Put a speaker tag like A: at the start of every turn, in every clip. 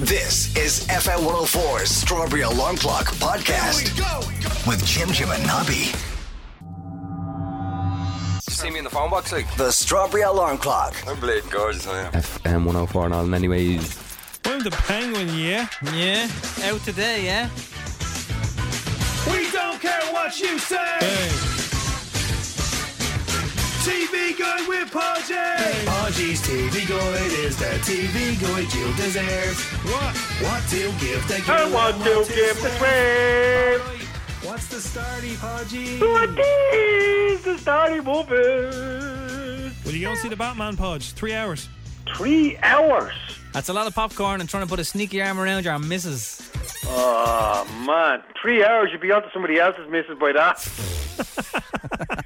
A: This is FM 104's Strawberry Alarm Clock Podcast with Jim Jim and Nobby.
B: See me in the phone box, like.
A: The Strawberry Alarm Clock.
B: I'm bleeding gorgeous, I am.
C: FM 104 and all, and anyways.
D: I'm the penguin, yeah?
E: Yeah, out today, yeah?
F: We don't care what you say.
D: Hey,
F: TV guy, we're Podgy. Podgy's TV guide is the TV guide you deserve.
D: what?
F: What to give the girl?
G: I want to give the wave.
F: What's the starty, Podgy?
G: What is the starting movie?
D: Will you go and see the Batman Podge? Three hours.
G: Three hours.
E: That's a lot of popcorn and trying to put a sneaky arm around your missus.
G: Oh man, three hours. You'd be onto somebody else's missus by that.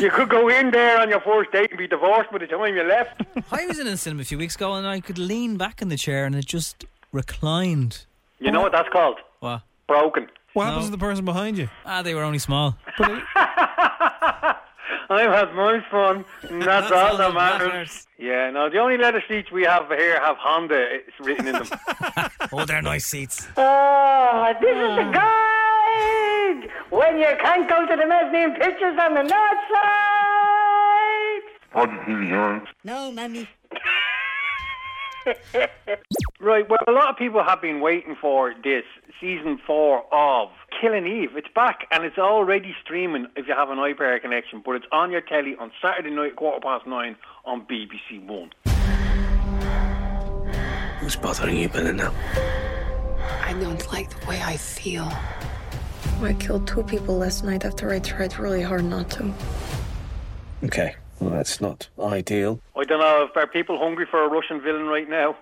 G: you could go in there on your first date and be divorced by the time you left.
E: I was in a cinema a few weeks ago and I could lean back in the chair and it just reclined.
G: You know what that's called?
E: What?
G: Broken.
D: What
E: No.
D: happens to the person behind you?
E: Ah, they were only small.
G: I've had my fun. And that's, all that matters. Yeah, no, the only leather seats we have here have Honda it's written in them.
E: Oh, they're nice seats.
G: Ah, this is the guide when you can't go to the mezzanine pictures on the north side.
H: No, mummy.
G: Right, well, a lot of people have been waiting for this season four of Killing Eve. It's back and it's already streaming if you have an iPlayer connection, but it's on your telly on Saturday night, quarter past nine on BBC One.
A: Who's bothering you, Belinda?
H: I don't like the way I feel.
I: Oh, I killed two people last night after I tried really hard not to.
A: Okay, well, that's not ideal.
G: I don't know if there are people hungry for a Russian villain right now.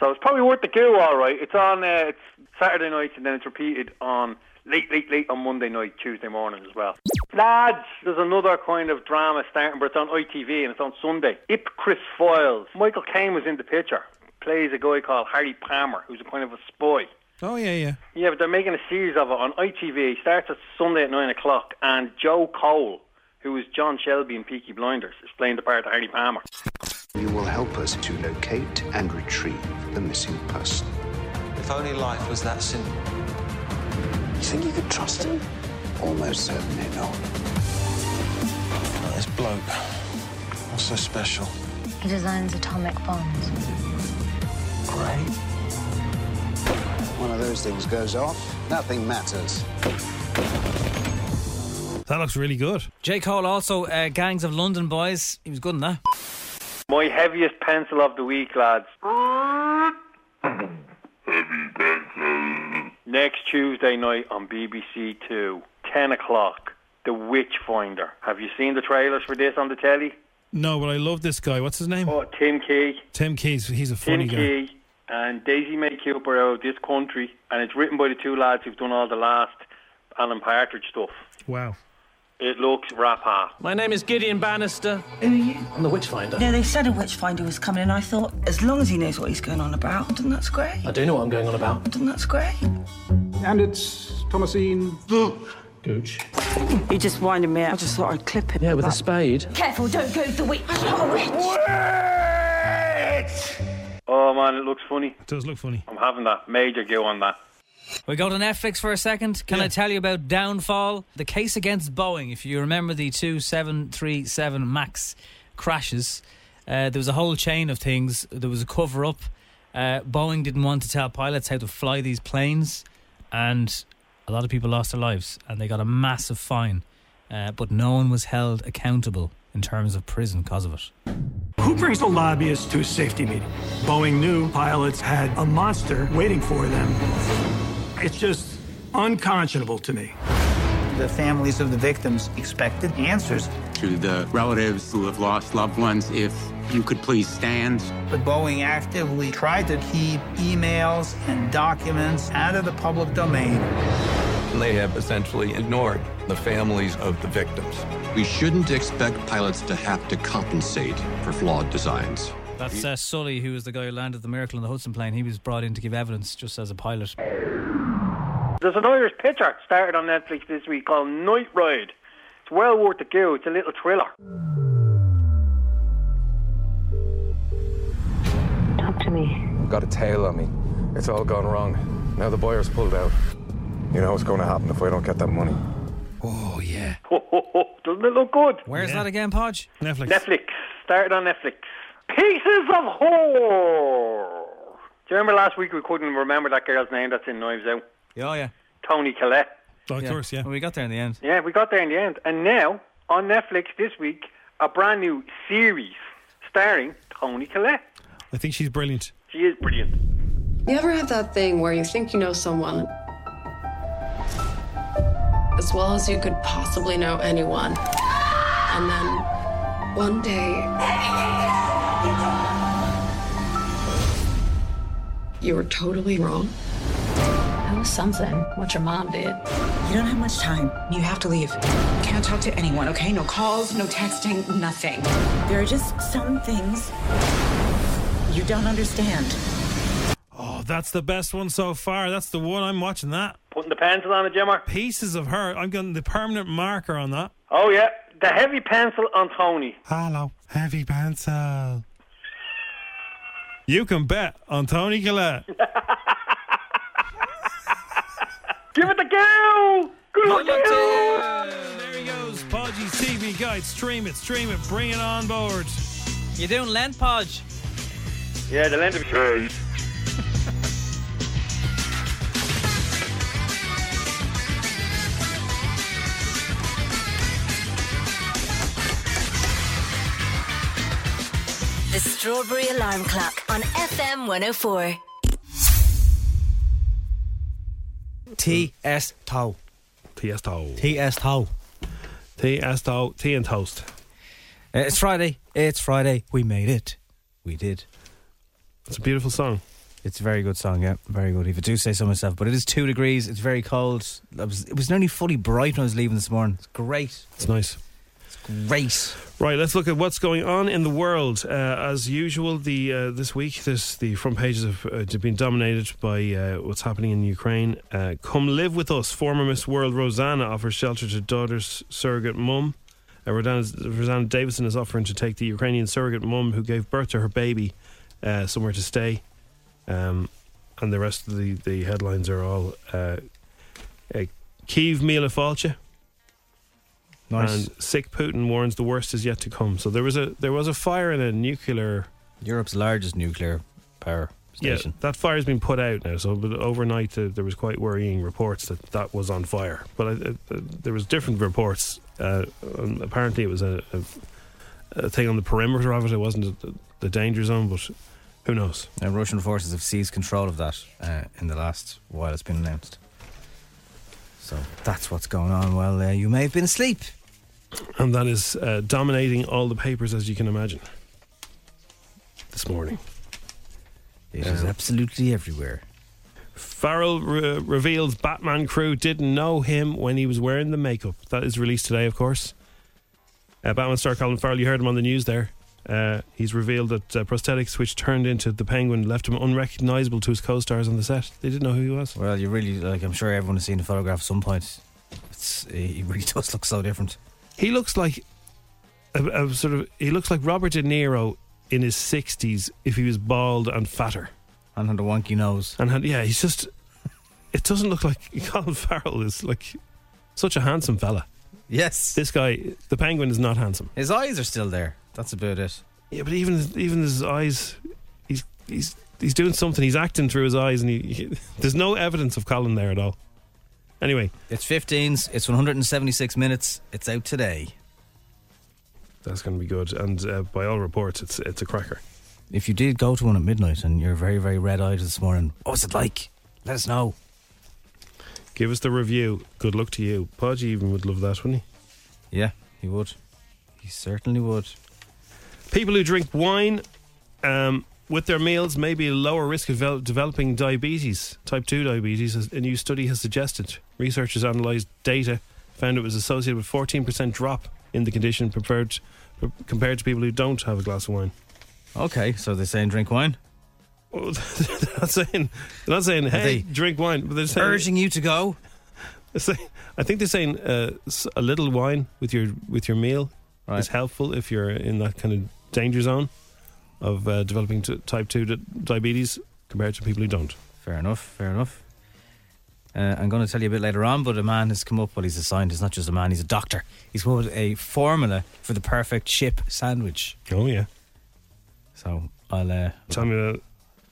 G: so it's probably worth the go, all right. It's on uh, it's Saturday nights and then it's repeated on late, late, late on Monday night, Tuesday morning as well. Lads, there's another kind of drama starting, but it's on ITV and it's on Sunday. Ip Chris Foyles. Michael Caine was in the picture. Plays a guy called Harry Palmer, who's a kind of a spy.
D: Oh, yeah, yeah.
G: Yeah, but they're making a series of it on ITV. It starts at Sunday at 9 o'clock, and Joe Cole, who is John Shelby in Peaky Blinders, is playing the part of Harry Palmer.
A: You will help us to locate and retrieve the missing person.
B: If only life was that simple.
A: You think you could trust him? Almost certainly not.
B: This bloke, what's so special?
H: He designs atomic bombs.
A: Great. One of those things goes off, nothing matters.
D: That looks really good.
E: J. Cole also, uh, Gangs of London Boys. He was good in that.
G: My heaviest pencil of the week, lads. Next Tuesday night on BBC Two, 10 o'clock, The Witch Finder. Have you seen the trailers for this on the telly?
D: No, but I love this guy. What's his name?
G: Oh, Tim Key.
D: Tim Keys. He's a funny
G: Tim
D: guy.
G: Key and Daisy May Cooper out of This Country. And it's written by the two lads who've done all the last Alan Partridge stuff.
D: Wow.
G: It looks rapper.
F: My name is Gideon Bannister. I'm the Witchfinder.
H: Yeah, they said a witch finder was coming, and I thought, as long as he knows what he's going on about, then that's great.
F: I do know what I'm going on about.
H: Then that's great.
F: And it's Thomasine the Gooch.
H: He just winded me up. I just thought I'd clip him.
F: Yeah, with a spade.
I: Careful, don't go the witch. I'm not a witch.
G: Oh man, it looks funny.
D: It does look funny.
G: I'm having that major go on that.
E: We go to Netflix for a second. Can I tell you about Downfall? The case against Boeing. If you remember the 2737 MAX crashes, uh, there was a whole chain of things. There was a cover up. Uh, Boeing didn't want to tell pilots how to fly these planes, and a lot of people lost their lives, and they got a massive fine. Uh, but no one was held accountable in terms of prison because of it.
F: Who brings a lobbyist to a safety meeting? Boeing knew pilots had a monster waiting for them. It's just unconscionable to me.
J: The families of the victims expected answers.
K: To the relatives who have lost loved ones, if you could please stand.
J: But Boeing actively tried to keep emails and documents out of the public domain.
L: They have essentially ignored the families of the victims.
M: We shouldn't expect pilots to have to compensate for flawed designs.
E: That's uh, Sully, who was the guy who landed the miracle on the Hudson plane. He was brought in to give evidence just as a pilot.
G: There's an Irish picture started on Netflix this week called Night Ride. It's well worth the go. It's a little thriller.
N: Talk to me.
C: Got a tail on me. It's all gone wrong. Now the buyer's pulled out. You know what's going to happen if I don't get that money.
G: Oh yeah. Doesn't it look good?
E: Where's that again, Podge?
D: Netflix.
G: Netflix. Started on Netflix. Pieces of whore. Do you remember last week we couldn't remember that girl's name that's in Knives Out?
E: Oh, yeah.
G: Tony Collette.
D: Oh, of course, yeah.
E: we got there in the end.
G: Yeah, we got there in the end. And now, on Netflix this week, a brand new series starring Tony Collette.
D: I think she's brilliant.
G: She is brilliant.
I: You ever have that thing where you think you know someone as well as you could possibly know anyone, and then one day you were totally wrong?
O: That was something, what your mom did.
P: You don't have much time. You have to leave. Can't talk to anyone, okay? No calls, no texting, nothing. There are just some things you don't understand.
D: Oh, that's the best one so far. That's the one I'm watching. That
G: putting the pencil on it, Jimmer.
D: Pieces of her. I'm getting the permanent marker on that.
G: Oh, yeah. The heavy pencil on Tony.
D: Hello, heavy pencil. You can bet on Tony Collette.
G: Give it the go! Good luck to you!
D: There he goes, Podgy's TV guide. Stream it, stream it, bring it on board.
E: You're doing Lent Podge.
G: Yeah, the land of shade.
Q: The Strawberry Alarm Clock on FM 104.
D: TS Toe. TS Toe. TS Toe. TS Toe. Tea and toast.
E: It's Friday. It's Friday. We made it. We did.
D: It's a beautiful song.
E: It's a very good song, yeah. Very good. If I do say so myself, but it is two degrees. It's very cold. It was, it was nearly fully bright when I was leaving this morning. It's great.
D: It's nice.
E: Great.
D: Right, let's look at what's going on in the world. Uh, as usual, the uh, this week, this the front pages have uh, been dominated by uh, what's happening in Ukraine. Uh, Come live with us. Former Miss World Rosanna offers shelter to daughter's surrogate mum. Uh, Rosanna, Rosanna Davidson is offering to take the Ukrainian surrogate mum who gave birth to her baby uh, somewhere to stay. Um, and the rest of the, the headlines are all uh, uh, Kiev Mila Falcha.
E: Nice.
D: And sick Putin warns the worst is yet to come. So there was a there was a fire in a nuclear
E: Europe's largest nuclear power station.
D: Yeah, that fire has been put out now. So but overnight uh, there was quite worrying reports that that was on fire. But I, uh, there was different reports. Uh, um, apparently it was a, a, a thing on the perimeter of it. It wasn't the, the danger zone, but who knows?
E: Now, Russian forces have seized control of that uh, in the last while it's been announced. So that's what's going on. Well, uh, you may have been asleep.
D: And that is uh, dominating all the papers, as you can imagine, this morning. Uh,
E: It is absolutely everywhere.
D: Farrell re- reveals Batman crew didn't know him when he was wearing the makeup. That is released today, of course. Uh, Batman star Colin Farrell, you heard him on the news there. Uh, he's revealed that uh, prosthetics, which turned into the penguin, left him unrecognizable to his co stars on the set. They didn't know who he was.
E: Well, you really like. I'm sure everyone has seen the photograph at some point. It's he really does look so different.
D: He looks like a, a sort of. He looks like Robert De Niro in his sixties if he was bald and fatter,
E: and had a wonky nose.
D: And had, yeah, he's just. it doesn't look like Colin Farrell is like such a handsome fella.
E: Yes,
D: this guy, the Penguin, is not handsome.
E: His eyes are still there. That's about it.
D: Yeah, but even even his eyes, he's he's he's doing something. He's acting through his eyes, and he, he- there's no evidence of Colin there at all. Anyway,
E: it's 15s. It's 176 minutes. It's out today.
D: That's going to be good, and uh, by all reports, it's it's a cracker.
R: If you did go to one at midnight and you're very, very red eyed this morning, what was it like? Let us know.
D: Give us the review. Good luck to you. Podgy even would love that, wouldn't
E: he? Yeah, he would. He certainly would.
D: People who drink wine um, with their meals may be at lower risk of devel- developing diabetes, type 2 diabetes, as a new study has suggested. Researchers analysed data, found it was associated with 14% drop in the condition compared, compared to people who don't have a glass of wine.
E: Okay, so they're saying drink wine?
D: Well, they're not saying, they're not saying
E: Are
D: hey,
E: they
D: drink wine. But they're saying,
E: urging you to go?
D: They're saying- I think they're saying uh, s- a little wine with your with your meal is helpful if you're in that kind of danger zone of uh, developing t- type 2 di- diabetes compared to people who don't.
E: Fair enough, fair enough. Uh, I'm going to tell you a bit later on, but a man has come up. Well, he's a scientist, not just a man, he's a doctor. He's come up with a formula for the perfect chip sandwich.
D: Oh, yeah.
E: So I'll. Uh,
D: Tell me about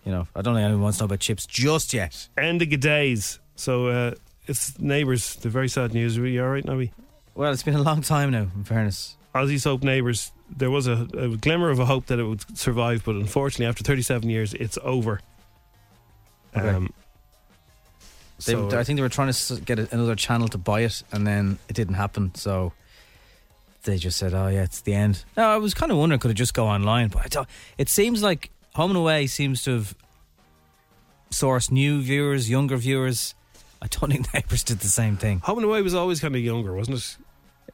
E: You know, I don't think anyone wants to know about chips just yet.
D: End of days. So uh, it's neighbours, the very sad news. Are you all right, Nobby?
E: Well, it's been a long time now, in fairness.
D: Aussie Soap Neighbours, there was a, a glimmer of a hope that it would survive, but unfortunately, after 37 years, it's over. Um,
E: They,
D: so-
E: I think they were trying to s- get a- another channel to buy it, and then it didn't happen. So they just said, "Oh yeah, it's the end." Now I was kind of wondering could it just go online, but I don't, it seems like Home and Away seems to have sourced new viewers, younger viewers. I don't think Neighbours did the same thing.
D: Home and Away was always kind of younger, wasn't it?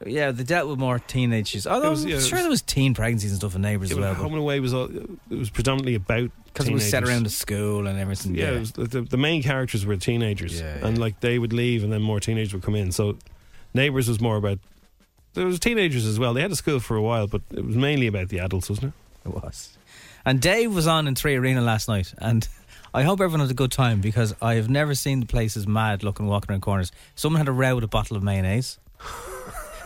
E: Yeah, they dealt with more teenage issues. Although
D: was-
E: I'm
D: yeah, it
E: sure
D: was-
E: there was teen pregnancies and stuff in Neighbours
D: Yeah,
E: as
D: but
E: well.
D: Home and Away was all, it was predominantly about
E: Because it was set
D: teenagers.
E: around the school and everything.
D: Yeah,
E: Yeah,
D: it was, the, the main characters were teenagers, and like they would leave, and then more teenagers would come in. So, Neighbours was more about there was teenagers as well. They had a school for a while, but it was mainly about the adults, wasn't
E: it? It was. And Dave was on in Three Arena last night, and I hope everyone had a good time because I have never seen the place as mad looking walking around corners. Someone had a row with a bottle of mayonnaise.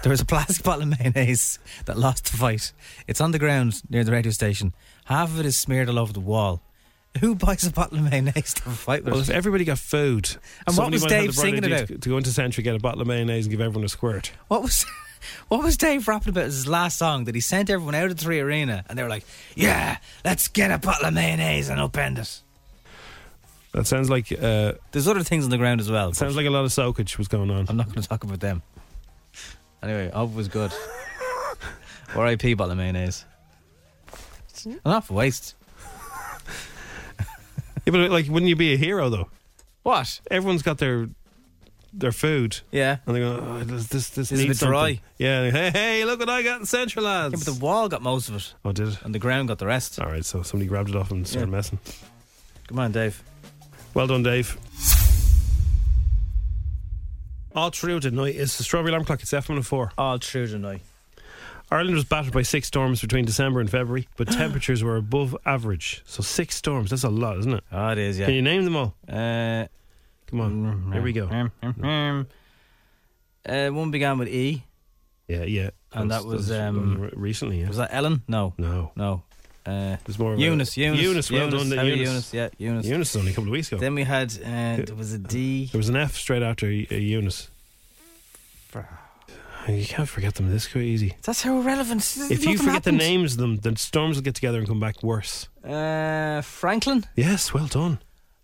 E: there was a plastic bottle of mayonnaise that lost the fight. It's on the ground near the radio station. Half of it is smeared all over the wall. Who buys a bottle of mayonnaise to have a fight with?
D: Well, if everybody got food,
E: and what
D: Somebody
E: was
D: might have
E: Dave
D: had the bright
E: singing
D: idea
E: about?
D: To, to go into Century, get a bottle of mayonnaise, and give everyone a squirt.
E: What was what was Dave rapping about as his last song that he sent everyone out of the three arena and they were like, Yeah, let's get a bottle of mayonnaise and upend it.
D: That sounds like uh,
E: there's other things on the ground as well.
D: Sounds like a lot of soakage was going on.
E: I'm not going to talk about them. Anyway, Ob was good. R.I.P. bottle of mayonnaise. Enough waste.
D: Yeah, but like, wouldn't you be a hero though?
E: What?
D: Everyone's got their their food.
E: Yeah.
D: And they go, oh, this this, this
E: This is a
D: needs
E: bit dry.
D: something." Yeah. Hey, hey, look what I got in Central lads.
E: Yeah, but the wall got most of it.
D: Oh, did it?
E: And the ground got the rest.
D: All right, so somebody grabbed it off and started
E: Yeah.
D: messing.
E: Come on, Dave.
D: Well done, Dave. All true tonight is the strawberry alarm clock. It's F104.
E: All true tonight.
D: Ireland was battered by six storms between December and February, but temperatures were above average. So six storms, that's a lot, isn't it?
E: Oh, it is, yeah. Mm-hmm.
D: Can you name them all?
E: Uh, mm,
D: Come on. Here we go.
E: Uh, one began with E.
D: Yeah, yeah.
E: And that was um,
D: recently. Yeah.
E: Was that Ellen? No,
D: no,
E: no. Uh,
D: There's more. of a-
E: Eunice, Eunice,
D: Eunice. Well done,
E: Harry
D: Eunice.
E: Eunice, yeah, Eunice.
D: Eunice was only a couple of weeks ago.
E: Then we had uh, there was a D.
D: There was an F straight after E- uh, Eunice. You can't forget them this quite easy.
E: That's how irrelevant. There's
D: If you
E: nothing
D: forget
E: happened.
D: the names of them, then storms will get together and come back worse.
E: uh, Franklin.
D: Yes, well done.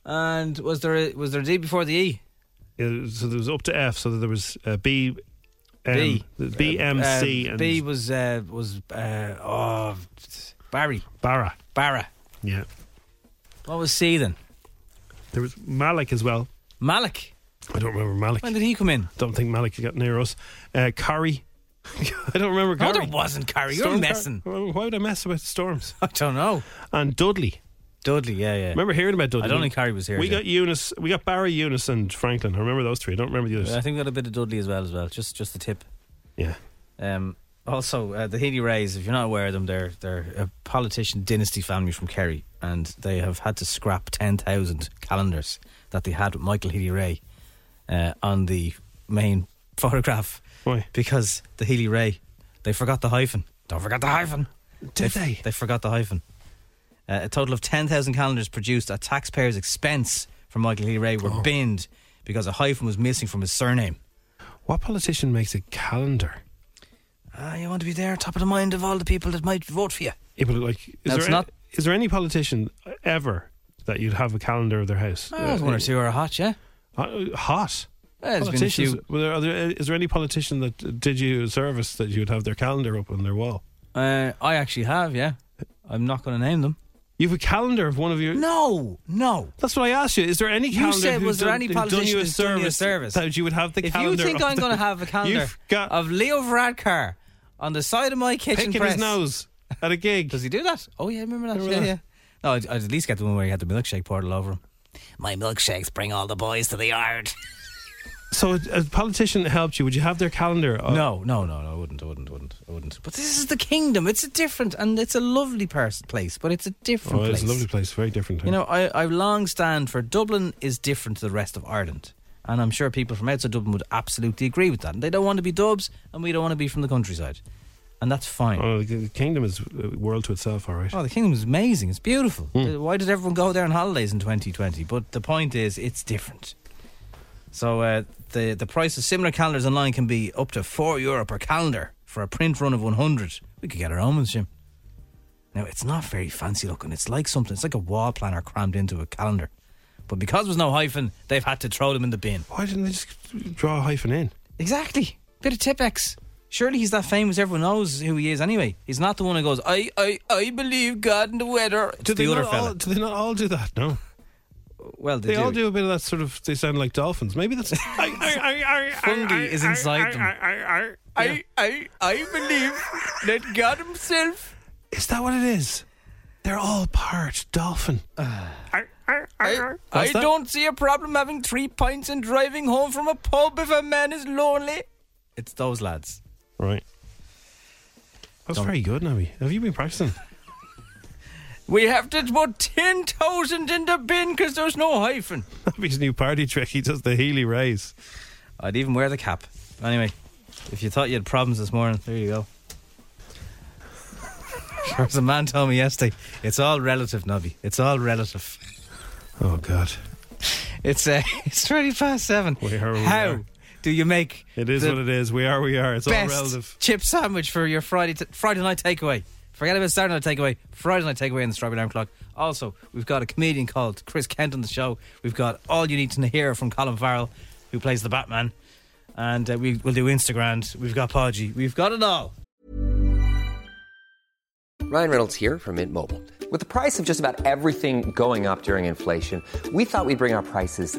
E: And was there a, was there a D before the E?
D: Uh, so there was up to F, so that there was uh, B, M,
E: B.
D: the BMC,
E: Uh,
D: and
E: B was uh, was uh, oh Barry
D: Barra.
E: Barra.
D: Yeah.
E: What was C then?
D: There was Malik as well.
E: Malik.
D: I don't remember Malik. When
E: did he come in?
D: Don't think Malik got near us. Uh, Curry. I don't remember
E: No,
D: Curry.
E: there wasn't Curry. You're
D: Storm
E: messing.
D: Curry. Why would I mess about the storms?
E: I don't know.
D: And Dudley.
E: Dudley, yeah, yeah.
D: Remember hearing about Dudley?
E: I don't think Curry was here.
D: We
E: yeah.
D: got Eunice. We got Barry, Eunice, and Franklin. I remember those three. I don't remember the others.
E: I think we got a bit of Dudley as well, as well. Just just the tip.
D: Yeah.
E: Um, also, uh, the Healy Rays, if you're not aware of them, they're they're a politician dynasty family from Kerry, and they have had to scrap ten thousand calendars that they had with Michael Healy Ray uh, on the main photograph.
D: Why?
E: Because the Healy Ray, they forgot the hyphen. Don't forget the hyphen.
D: Did
E: f-
D: they?
E: They forgot the hyphen. Uh, a total of 10,000 calendars produced at taxpayers' expense for Michael Healy Ray were binned because a hyphen was missing from his surname.
D: What politician makes a calendar?
E: Ah, you want to be there, top of the mind of all the people that might vote for you.
D: Yeah, but like, is
E: Now,
D: there
E: it's
D: any,
E: not-
D: is there any politician ever that you'd have a calendar of their house?
E: Ah, there's one or two are hot, yeah.
D: Uh, hot.
E: Yeah, there's been a
D: Politicians-
E: few-
D: were there- are there- is there any politician that did you a service that you would have their calendar up on their wall?
E: Uh, I actually have, yeah. I'm not going to name them.
D: You have a calendar of one of your.
E: No, no.
D: That's what I asked you. Is there any
E: You
D: calendar?
E: said,
D: who's
E: was there
D: done-
E: any
D: who's
E: politician
D: done you a
E: who's done you a
D: service,
E: service?
D: that you would have the
E: if
D: calendar?
E: you think
D: up
E: I'm
D: there?
E: going to have a calendar
D: You've got
E: of Leo Varadkar on the side of my kitchen
D: picking
E: press,
D: his nose at a gig.
E: does he do that? Oh yeah, I remember that.
D: Remember
E: yeah,
D: that?
E: yeah. No, I'd, I'd at least get the one where he had the milkshake poured all over him. My milkshakes bring all the boys to the yard.
D: So, a, a politician helped you. Would you have their calendar? up?
E: No, no, no, no. I wouldn't. I wouldn't. I wouldn't. I wouldn't. But this is the kingdom. It's a different and it's a lovely pers- place, but it's a different
D: Oh,
E: place.
D: it's a lovely place. Very different.
E: You know, I, I long stand for Dublin is different to the rest of Ireland. And I'm sure people from outside Dublin would absolutely agree with that. And they don't want to be dubs, and we don't want to be from the countryside. And that's fine.
D: Oh, the, the kingdom is a world to itself. All right.
E: Oh, the kingdom is amazing. It's beautiful. Uh, Why did everyone go there on holidays in 2020? But the point is, it's different. So uh, the the price of similar calendars online can be up to four euro per calendar for a print run of 100. We could get our own ones, Jim. Now it's not very fancy looking. It's like something. It's like a wall planner crammed into a calendar. But because there's no hyphen, they've had to throw them in the bin.
D: Why didn't they just draw a hyphen in?
E: Exactly. Bit of Tipex. Surely he's that famous. Everyone knows who he is anyway. He's not the one who goes, I, I, I believe God in the weather. It's
D: Do they
E: the other
D: not
E: fella.
D: all? Do they not all do that? No.
E: Well, they,
D: They, all do a bit of that sort of. They sound like dolphins. Maybe that's.
E: Fungi is inside them.
D: I,
E: I, I believe that God Himself.
D: Is that what it is? They're all part dolphin.
E: Uh. I,
D: What's that?
E: don't see a problem having three pints and driving home from a pub if a man is lonely. oh, It's those lads.
D: Right. That's
E: Don't-
D: very good, Nabi. Have you been practicing?
E: We have to put 10,000 in the bin because there's no hyphen.
D: Nabi's new party trick. He does the Healy raise.
E: I'd even wear the cap. Anyway, if you thought you had problems this morning, there you go. As a man told me yesterday, it's all relative, Nobby. It's all relative.
D: Oh God.
E: It's uh, it's twenty past seven.
D: We are, we
E: How
D: are.
E: do you make
D: It is
E: the
D: what it is. We are. We are. It's all
E: best
D: relative.
E: chip sandwich for your Friday t- Friday night takeaway. Forget about Saturday night takeaway. Friday night takeaway in the Strawberry Alarm Clock. Also, we've got a comedian called Chris Kent on the show. We've got all you need to hear from Colin Farrell, who plays the Batman, and uh, we will do Instagram. We've got Podgy. We've got it all.
S: Ryan Reynolds here from Mint Mobile. With the price of just about everything going up during inflation, we thought we'd bring our prices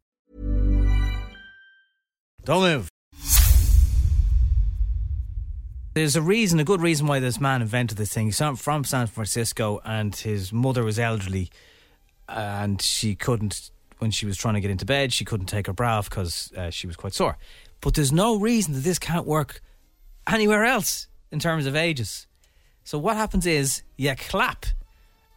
E: Don't move. There's a reason, a good reason why this man invented this thing. He's from- from San Francisco, and his mother was elderly, and she couldn't, when she was trying to get into bed, she couldn't take her bra off because uh, she was quite sore. But there's no reason that this can't work anywhere else in terms of ages. So what happens is you clap,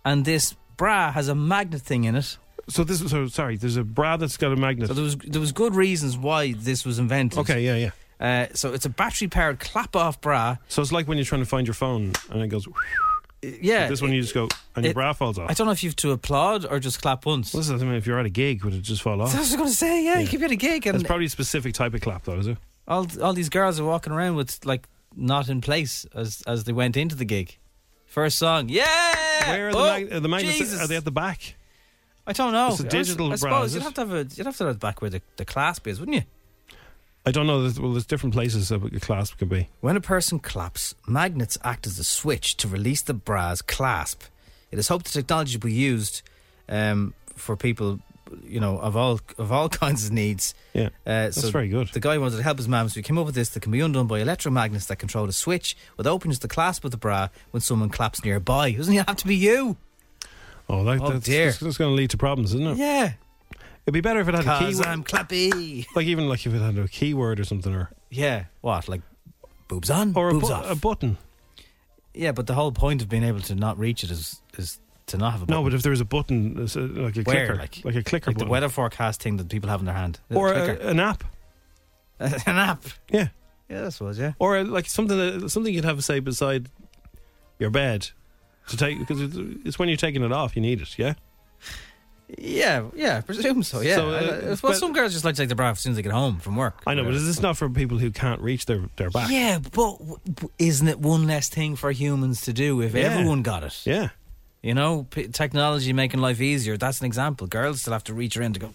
E: and this bra has a magnet thing in it.
D: So this so sorry, there's a bra that's got a magnet.
E: So there was there was good reasons why this was invented.
D: Okay, yeah, yeah.
E: Uh, so it's a battery powered clap off bra. Uh,
D: So it's like when you're trying to find your phone and it goes.
E: Yeah,
D: But this one you just go and your
E: it-
D: bra falls off.
E: I don't know if you have to applaud or just clap once.
D: Well, this is- I mean, if you're at a gig, would it just fall off?
E: So I was just going to say, yeah,
D: Yeah.
E: you could be at a gig,
D: That's
E: and
D: probably a specific type of clap, though, is it?
E: all all these girls are walking around with like not in place as as they went into the gig. First song, yeah.
D: Where are the,
E: oh,
D: mag- are the magnets?
E: Jesus.
D: Are they at the back?
E: I don't know.
D: It's a
E: I was-
D: digital bra,
E: I suppose
D: is
E: you'd
D: it?
E: have to have a you'd have to have it back where the, the clasp is, wouldn't you?
D: I don't know. There's, well, there's different places that a clasp can be.
E: When a person claps, magnets act as a switch to release the bra's clasp. It is hoped the technology will be used um, for people, you know, of all of all kinds of needs.
D: Yeah,
E: uh,
D: that's very good.
E: The guy wanted to help his mum, so he came up with this that can be undone by electromagnets that control a switch, which opens the clasp of the bra when someone claps nearby. Doesn't it have to be you?
D: Oh, that,
E: Oh,
D: that's,
E: dear.
D: that's, going to lead to problems, isn't it?
E: Yeah,
D: It'd be better if it had a
E: because
D: keyword.
E: I'm clappy.
D: Like even like if it had a keyword or something, or
E: Yeah, what like boobs on
D: or a,
E: boobs
D: bu-
E: off?
D: a button.
E: yeah, but the whole point of being able to not reach it is is to not have a button.
D: No, but if there was a button, it's a- like a
E: Where,
D: clicker,
E: like-
D: like, a clicker
E: like the
D: button,
E: weather forecast thing that people have in their hand,
D: or
E: The
D: a,
E: clicker.
D: an app,
E: an app.
D: yeah,
E: Yeah, that's what. Yeah,
D: or uh, like something that, something you'd have say beside your bed to take because it's, it's when you're taking it off you need it. Yeah,
E: yeah, yeah. I presume so. Yeah.
D: So, uh,
E: I- I- well,
D: but-
E: some girls just like to take the bra off as soon as they get home from work.
D: I know, but
E: Whatever.
D: is this not for people who can't reach their their back?
E: Yeah, but w- w- isn't it one less thing for humans to do if
D: Yeah.
E: everyone got it?
D: yeah.
E: You know, p- technology making life easier. That's an example. Girls still have to reach around to go.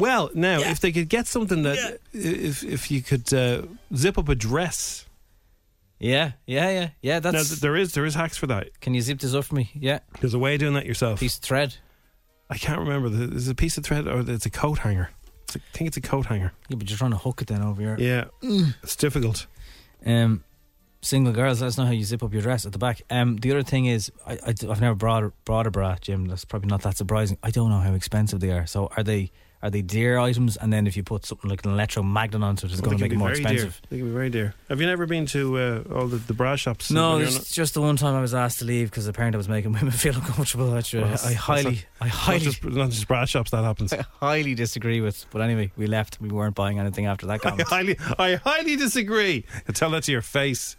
D: Well, now if they could get something that if if you could uh, zip up a dress.
E: Yeah, yeah, yeah, yeah.
D: Now,
E: That's.
D: th- there is there is hacks for that.
E: can you zip this up for me? Yeah,
D: There's a way of doing that yourself.
E: piece of thread.
D: I can't remember. Th- There's a piece of thread, or it's a coat hanger. It's a, I think it's a coat hanger.
E: Yeah, but you're trying to hook it then over here.
D: Yeah,
E: Mm.
D: it's difficult.
E: Um, single girls, let us know how you zip up your dress at the back. Um, the other thing is, I, I, have never brought brought a bra, Jim. That's probably not that surprising. I don't know how expensive they are. So are they are they dear items? And then if you put something like an electromagnet onto it, it's going
D: They can
E: to make
D: be
E: it more
D: very
E: expensive.
D: Dear. They can be very dear. Have you never been to uh, all the, the bra shops?
E: No,
D: When you're
E: it's
D: not-
E: just the one time I was asked to leave because apparently I was making women feel uncomfortable. Which, uh,
D: Well, that's-
E: I
D: that's
E: highly, I
D: not
E: highly,
D: just, not just bra shops. That happens.
E: I highly disagree with. But anyway, we left. We weren't buying anything after that
D: I
E: comment.
D: highly, I highly disagree. Tell that to your face.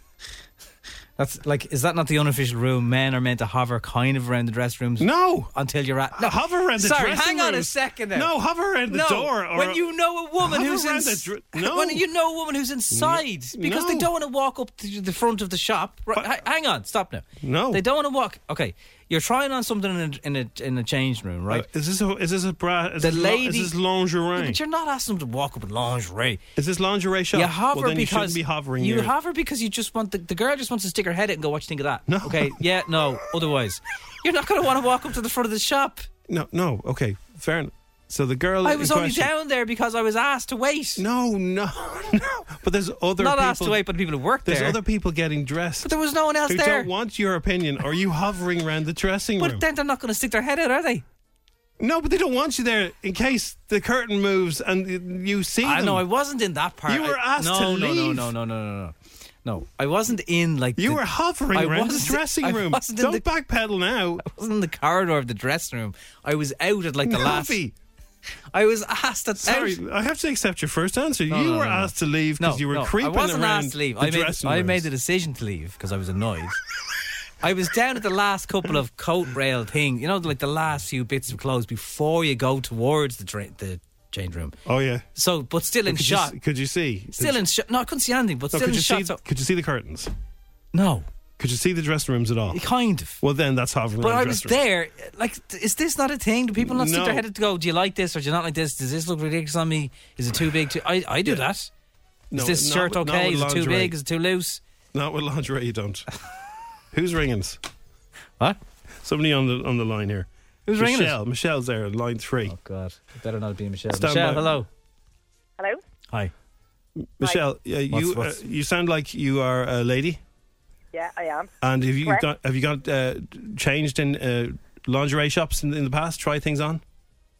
E: That's like, is that not the unofficial rule? Men are meant to hover kind of around the dress rooms
D: No, Uh,
E: until you're at. No,
D: hover around the
E: Sorry,
D: dressing
E: hang on
D: room.
E: a second. Now.
D: No, hover around the
E: No,
D: door. Or
E: when you know a woman
D: Hover
E: who's
D: around
E: ins-
D: the dr- no.
E: when you know a woman who's inside because they
D: no.
E: don't want to walk up to the front of the shop. Right,
D: But-
E: ha- hang on, stop now.
D: No.
E: they don't want to walk. Okay, you're trying on something in a in a, in a change room, right?
D: Uh, is this a is this a bra? Is
E: the
D: this lo-
E: lady
D: is this lingerie?
E: Yeah, but you're not asking them to walk up in lingerie.
D: is this lingerie shop?
E: You hover
D: well, then you
E: because
D: shouldn't be hovering.
E: you
D: near-
E: hover because you just want the, the girl just wants to stick her head out and go, "What you think of that?"
D: No.
E: okay, yeah, no. Otherwise, you're not going to want to walk up to the front of the shop.
D: No, no. Okay, fair enough. So the girl.
E: I
D: in
E: was only
D: question-
E: down there because I was asked to wait.
D: No, no, no. But there's other
E: not
D: people,
E: asked to wait, but the people who work
D: There's
E: there.
D: other people getting dressed.
E: But there was no one else
D: who
E: there.
D: don't want your opinion. Are you hovering around the dressing room?
E: But then they're not going to stick their head out, are they?
D: no, but they don't want you there in case the curtain moves and y- you see
E: I
D: them.
E: know I wasn't in that part.
D: You were
E: I-
D: asked
E: no,
D: to
E: no,
D: leave.
E: No, no, no, no, no, no. No, I wasn't in like
D: You
E: the-
D: were hovering
E: I
D: around the
E: wasn't-
D: dressing
E: I
D: room.
E: wasn't in
D: Don't
E: the-
D: backpedal now.
E: I wasn't in the corridor of the dressing room. I was out at like the last.
D: Navi,
E: I was asked at
D: Sorry,
E: out-
D: I have to accept your first answer.
E: No,
D: you
E: no,
D: were
E: no, no.
D: asked to leave because
E: no,
D: you were
E: no,
D: creeping
E: I wasn't
D: around
E: asked to leave.
D: the
E: I made
D: dressing
E: I
D: rooms.
E: made the decision to leave because I was annoyed. I was down at the last couple of coat rail thing, you know, like the last few bits of clothes before you go towards the dra- the change room.
D: Oh yeah,
E: So, but still in
D: could you,
E: shot.
D: s- could you see?
E: Still in shot. No, I couldn't see anything, but
D: No,
E: still
D: could
E: in
D: you
E: shot.
D: see?
E: so-
D: Could you see the curtains?
E: no,
D: Could you see the dressing rooms at all?
E: kind of.
D: Well, then that's hovering.
E: But
D: around
E: I
D: the
E: was
D: dressing rooms.
E: there. Like, th- is this not a thing? Do people not stick
D: No.
E: their head out to go? Do you like this or do you not like this? Does this look ridiculous on me? Is it too big? Too? I I do that. Is
D: No,
E: this
D: not
E: shirt
D: with- not
E: okay?
D: with
E: Is it too
D: lingerie.
E: big? Is it too loose?
D: Not with lingerie, you don't. Who's ringing? us?
E: What?
D: Somebody on the on the line here.
E: Who's ringing us?
D: Michelle. Michelle's there, on line three.
E: Oh God! It better not be Michelle.
D: Stand
E: Michelle,
D: by.
E: hello.
N: Hello.
E: Hi.
D: Michelle, uh, you
E: What's- what's-
D: Uh, you sound like you are a lady.
N: Yeah, I am.
D: And have you
N: Correct.
D: got have you got uh, changed in uh, lingerie shops in, in the past? Try things on.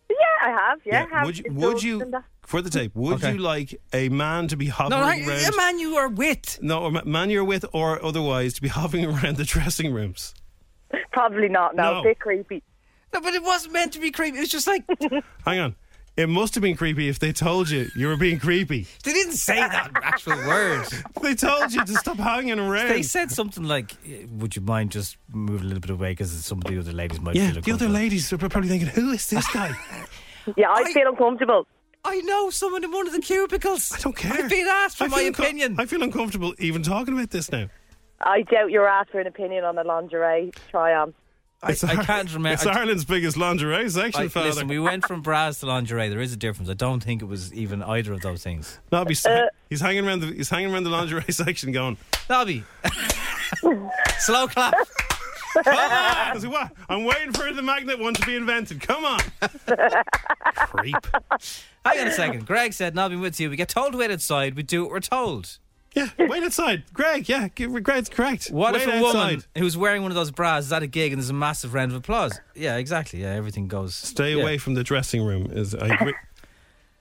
N: Yeah, I have. Yeah, I have.
D: Would you,
N: It's uh,
D: would
N: all
D: you
N: done that.
D: for the tape, would
E: Okay.
D: you like a man to be hovering
E: No, I,
D: around?
E: a man you are with.
D: No, a ma- man you're with or otherwise to be hovering around the dressing rooms.
N: Probably not. No,
D: No.
N: a bit creepy.
E: No, but it wasn't meant to be creepy. It was just like they
D: Hang on. It must have been creepy if they told you you were being creepy.
E: didn't say that actual word.
D: They told you to stop hanging around.
E: They said something like, eh, "Would you mind just moving a little bit away because some of the other ladies might
D: yeah,
E: feel
D: the other ladies are probably thinking, who is this guy?
N: Yeah, I, feel uncomfortable.
E: I know someone in one of the cubicles. I
D: don't care.
E: I've been asked for
D: I
E: my
D: feel unco-
E: opinion.
D: I feel uncomfortable even talking about this now.
N: I doubt you're after an opinion on a lingerie try-on.
E: I, I can't remember.
D: It's
E: I-
D: Ireland's biggest lingerie section,
E: I-
D: father.
E: listen, we went from bras to lingerie. There is a difference. I don't think it was even either of those things.
D: Nobby, he's hanging around the he's hanging around the lingerie section, going.
E: Nobby, slow clap.
D: "Ah!" I said, "What? I'm waiting for the magnet one to be invented. Come on, creep.
E: Hang on a second. Greg said, "Nobby, with you. We get told to wait outside. We do what we're told."
D: Yeah, wait outside, Greg. Yeah, give- Greg's correct.
E: What
D: wait
E: if a
D: outside.
E: woman who's wearing one of those bras is at a gig and there's a massive round of applause? Yeah, exactly. Yeah, everything goes.
D: Stay away from the dressing room. Is I agree.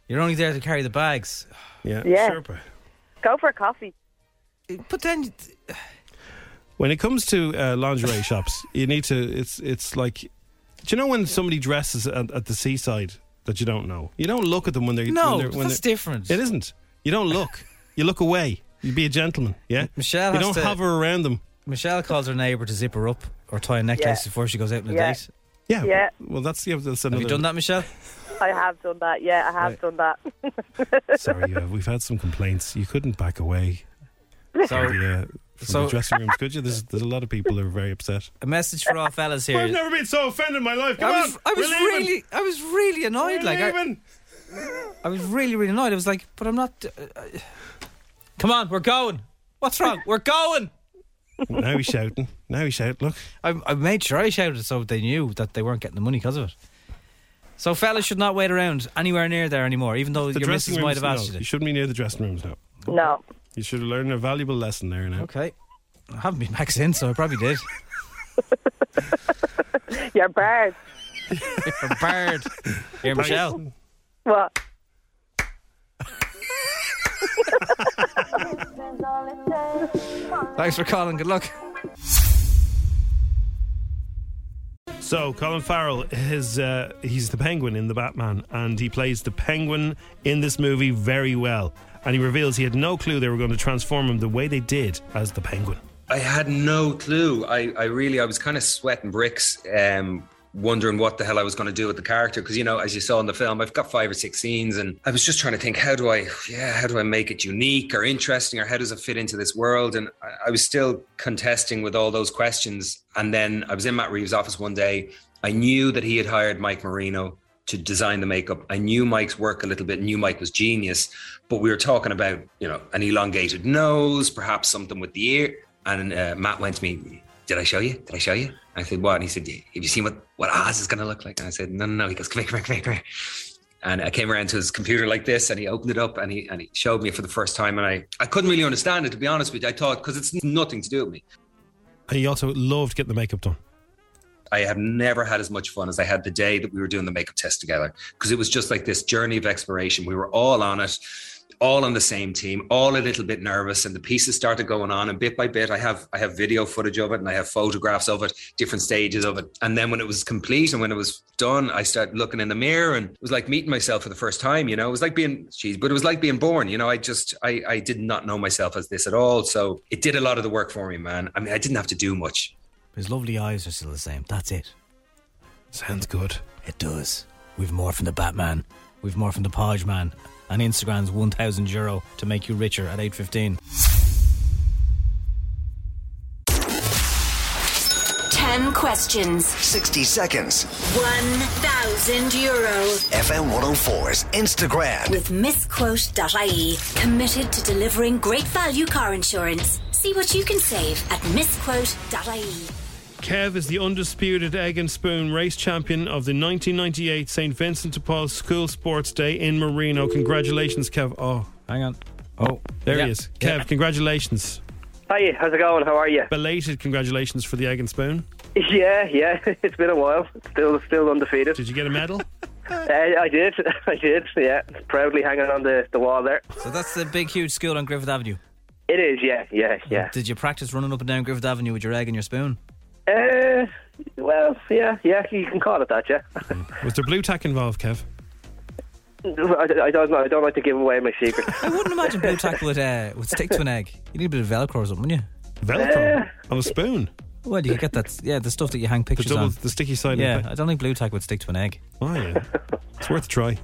E: You're only there to carry the bags.
D: Yeah,
N: Yeah.
D: sure, but-
N: Go for a coffee.
E: But then,
D: When it comes to uh, lingerie shops, you need to. It's it's like, do you know when somebody dresses at, at the seaside that you don't know? You don't look at them when they're
E: No,
D: When they're, when
E: that's
D: they're-
E: different.
D: It isn't. You don't look. you look away. You be a gentleman. Yeah,
E: Michelle
D: You
E: has
D: don't
E: to-
D: hover around them.
E: Michelle calls her neighbour to zip her up or tie a necklace
N: Yeah.
E: before she goes out on a
N: Yeah.
E: date.
D: Yeah.
N: Yeah.
D: Well, that's yeah, that's
E: Have
D: another.
E: you done that, Michelle?
N: I have done that. Yeah, I have done that.
D: Sorry, uh, we've had some complaints. You couldn't back away.
E: So,
D: from the, uh, from
E: so-
D: the dressing rooms, could you? There's, there's a lot of people who are very upset.
E: a message for all fellas here.
D: I've never been so offended in my life. Come
E: I was,
D: on,
E: I was
D: we're leaving.
E: really, I was really annoyed.
D: We're
E: Like, I,
D: leaving.
E: I was really, really annoyed. I was like, but I'm not. Uh, uh, come on, we're going. What's wrong? We're going.
D: now he's shouting. Now he's shouting. Look,
E: I, I made sure I shouted so they knew that they weren't getting the money because of it. So fellas should not wait around anywhere near there anymore, even though
D: the
E: your
D: dressing
E: missus
D: rooms.
E: might have asked
D: no,
E: you
D: you
E: to.
D: shouldn't be near the dressing rooms now.
N: No.
D: You should have learned a valuable lesson there now.
E: Okay. I haven't been back since, so I probably did.
N: You're barred.
E: You're barred. Here, Michelle.
N: What?
E: Thanks for calling. Good luck.
D: So Colin Farrell is uh, he's the Penguin in the Batman, and he plays the Penguin in this movie very well. And he reveals he had no clue they were going to transform him the way they did as the Penguin.
C: I had no clue. I, I really, I was kind of sweating bricks, um, wondering what the hell I was going to do with the character. Because, you know, as you saw in the film, I've got five or six scenes and I was just trying to think, how do I, yeah, how do I make it unique or interesting or how does it fit into this world? And I, I was still contesting with all those questions. And then I was in Matt Reeves' office one day. I knew that he had hired Mike Marino to design the makeup. I knew Mike's work a little bit, knew Mike was genius, but we were talking about, you know, an elongated nose, perhaps something with the ear. And uh, Matt went to me, Did I show you? Did I show you? I said, What? And he said, "Yeah. Have you seen what, what Oz is going to look like? And I said, No, no, no. He goes, Come here, come here, come here, come here. And I came around to his computer like this, and he opened it up and he and he showed me it for the first time. And I, I couldn't really understand it, to be honest with you. I thought, because it's nothing to do with me.
D: And he also loved getting the makeup done.
C: I have never had as much fun as I had the day that we were doing the makeup test together because it was just like this journey of exploration. We were all on it, all on the same team, all a little bit nervous, and the pieces started going on. And bit by bit, I have I have video footage of it, and I have photographs of it, different stages of it. And then when it was complete and when it was done, I started looking in the mirror and it was like meeting myself for the first time. You know, it was like being geez, but it was like being born. You know, I just I I did not know myself as this at all. So it did a lot of the work for me, man. I mean, I didn't have to do much.
E: His lovely eyes are still the same. That's it.
D: Sounds good.
E: It does. We've more from the Batman. We've more from the Podge Man. And Instagram's 1,000 euro to make you richer at 8.15.
Q: 10 questions. 60 seconds. 1,000 euro.
A: FM 104's Instagram.
Q: With misquote.ie. Committed to delivering great value car insurance. See what you can save at misquote.ie.
D: Kev is the undisputed egg and spoon race champion of the 1998 St. Vincent de Paul School Sports Day in Marino. Congratulations, Kev. Oh,
E: hang on.
D: Oh, there
G: Yeah.
D: he is. Kev, congratulations.
G: Hi, how's it going? How are you?
D: Belated congratulations for the egg and spoon.
G: Yeah, yeah. It's been a while. Still, still undefeated.
D: Did you get a medal?
T: Uh, I did, I did, yeah. Proudly hanging on the, the wall there.
E: So that's the big, huge school on Griffith Avenue.
T: It is, yeah, yeah, yeah.
E: Did you practice running up and down Griffith Avenue with your egg and your spoon?
T: Uh, well, yeah, yeah, you can call it that, yeah.
D: Was there blue tack involved, Kev?
T: I, I don't know, I don't like to give away my secrets.
E: I wouldn't imagine blue tack would, uh, would stick to an egg. You need a bit of Velcro or something, wouldn't you?
D: Velcro? on a spoon?
E: Well, you could get that, yeah, the stuff that you hang pictures
D: double-
E: on.
D: the sticky side of
E: Yeah,
D: the-
E: I don't think blue tack would stick to an egg.
D: Why? It's worth a try.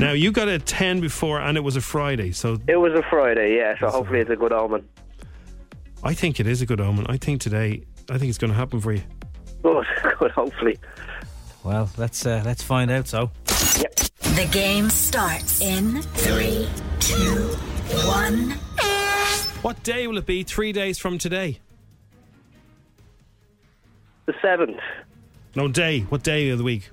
D: now, you got a 10 before, and it was a Friday, so
T: It was a Friday, yeah, so hopefully it's a good omen.
D: I think it is a good omen. I think today, I think it's going to happen for you.
T: Good, good, hopefully.
E: Well, let's uh, let's find out. So,
Q: The game starts in three, two, one.
D: What day will it be three days from today?
T: The 7th.
D: No, day. What day of the week?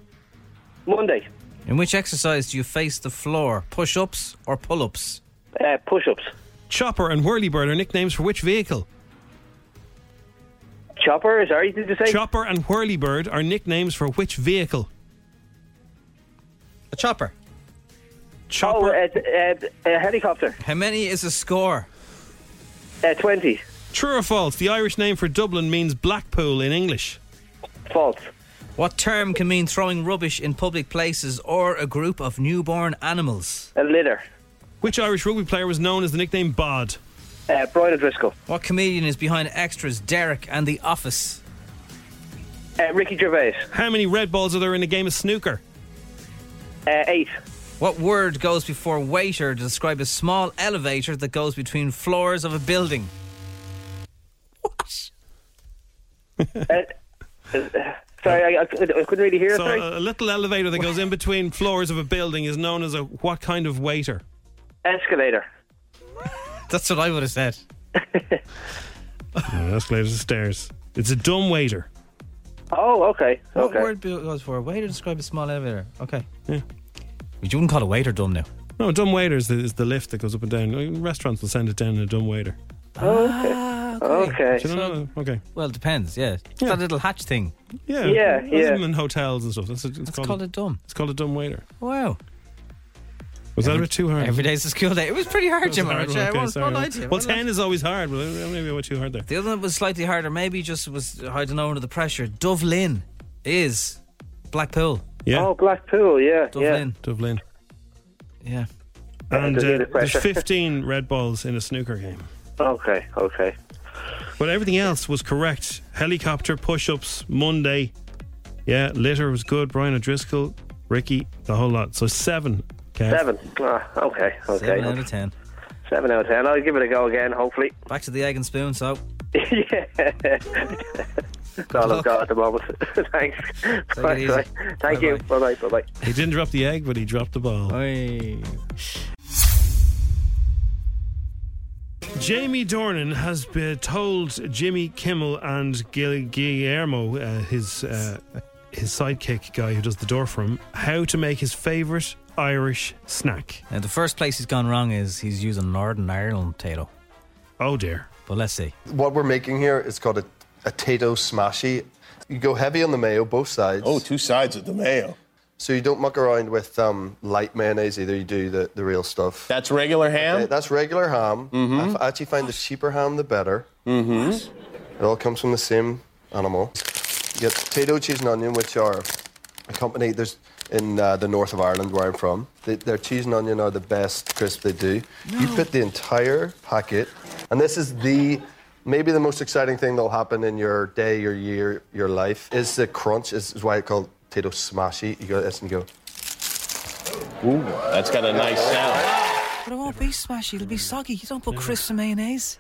T: Monday.
E: in which exercise do you face the floor? Push ups or pull ups?
T: Uh, push ups.
D: Chopper and Whirlybird are nicknames for which vehicle?
T: Chopper, sorry, did you say?
D: Chopper and Whirlybird are nicknames for which vehicle?
E: A chopper.
D: Chopper.
T: Oh, a, helicopter.
E: How many is a score?
T: Uh, 20.
D: True or false? The Irish name for Dublin means Blackpool in English.
T: False.
E: What term can mean throwing rubbish in public places or a group of newborn animals?
T: A litter.
D: Which Irish rugby player was known as the nickname Bod?
T: Uh, Brian O'Driscoll.
E: What comedian is behind extras Derek and The Office?
T: Uh, Ricky Gervais.
D: How many red balls are there in a game of snooker?
T: Uh, eight.
E: What word goes before waiter to describe a small elevator that goes between floors of a building?
T: Uh, Sorry, I, I, couldn't- I couldn't really hear.
D: So uh,
T: sorry.
D: a a little elevator that goes in between floors of a building is known as a what kind of waiter?
T: Escalator.
E: That's what I would have said.
D: Yeah, escalators and stairs. It's a dumb waiter.
T: Oh, okay.
E: What
T: okay.
E: word be- goes for a waiter to describe a small elevator? Okay.
D: Yeah.
E: You wouldn't call a waiter dumb now.
D: No, a dumb waiter is the, is the lift that goes up and down. Like, Restaurants will send it down in a dumb waiter.
E: Ah, okay.
D: Do you know- no, okay.
E: Well, it depends, yeah. It's That little hatch thing.
D: Yeah.
T: Yeah,
D: that's
T: yeah.
D: them in hotels and stuff. That's, it's
E: It's called a dumb.
D: It's called a dumb waiter.
E: Wow.
D: Was that a bit too hard?
E: Every day's a school day. It was pretty hard,
D: That was
E: Jim.
D: a hard
E: Arch.
D: one.
E: I
D: Okay,
E: won't-
D: sorry.
E: won't lie to you.
D: Well,
E: Won't lie to
D: ten
E: you.
D: is always hard, but maybe I went too hard there.
E: The other one was slightly harder. Maybe just was, I don't know, under the pressure. Dublin is Blackpool.
D: Yeah.
T: Oh, Blackpool. Yeah,
E: Dublin.
D: Dublin.
E: Yeah.
D: And
T: Under
D: uh,
T: the
D: there's
T: pressure.
D: 15 red balls in a snooker game.
T: Okay. Okay.
D: But everything else was correct. Helicopter, push ups, Monday. Yeah, litter was good. Brian O'Driscoll, Ricky, the whole lot. So seven, Kev.
T: Seven. Ah, okay. Okay.
E: Seven out of ten.
T: Seven out of ten. I'll give it a go again. Hopefully.
E: Back to the egg and spoon, so.
T: yeah. That's all I've got at the moment. Thanks.
E: it
T: Bye,
E: easy.
T: bye. Thank you. Bye bye. Bye bye.
D: He didn't drop the egg, but he dropped the ball. Jamie Dornan has been told Jimmy Kimmel and Gil- Guillermo, uh, his uh, his sidekick guy who does the door for him, how to make his favourite Irish snack.
E: Now, the first place he's gone wrong is he's using Northern Ireland potato.
D: Oh dear.
E: But let's see.
U: What we're making here is called a, a tato smashy. You go heavy on the mayo, both sides. Oh, two sides of the mayo. So you don't muck around with um, light mayonnaise either. You do the, the real stuff. That's regular ham. that's regular ham. I f- actually find the cheaper ham the better. Mm-hmm. It all comes from the same animal. You get potato, cheese, and onion, which are a company. There's in uh, the north of Ireland, where I'm from. They, their cheese and onion are the best crisp they do. You put the entire packet, and this is the maybe the most exciting thing that'll happen in your day, your year, your life is the crunch. Is, is why it's called potato smashy. You go this and you go. Ooh, that's got a nice sound.
E: But it won't be smashy, it'll be soggy. You don't put crisps and mayonnaise.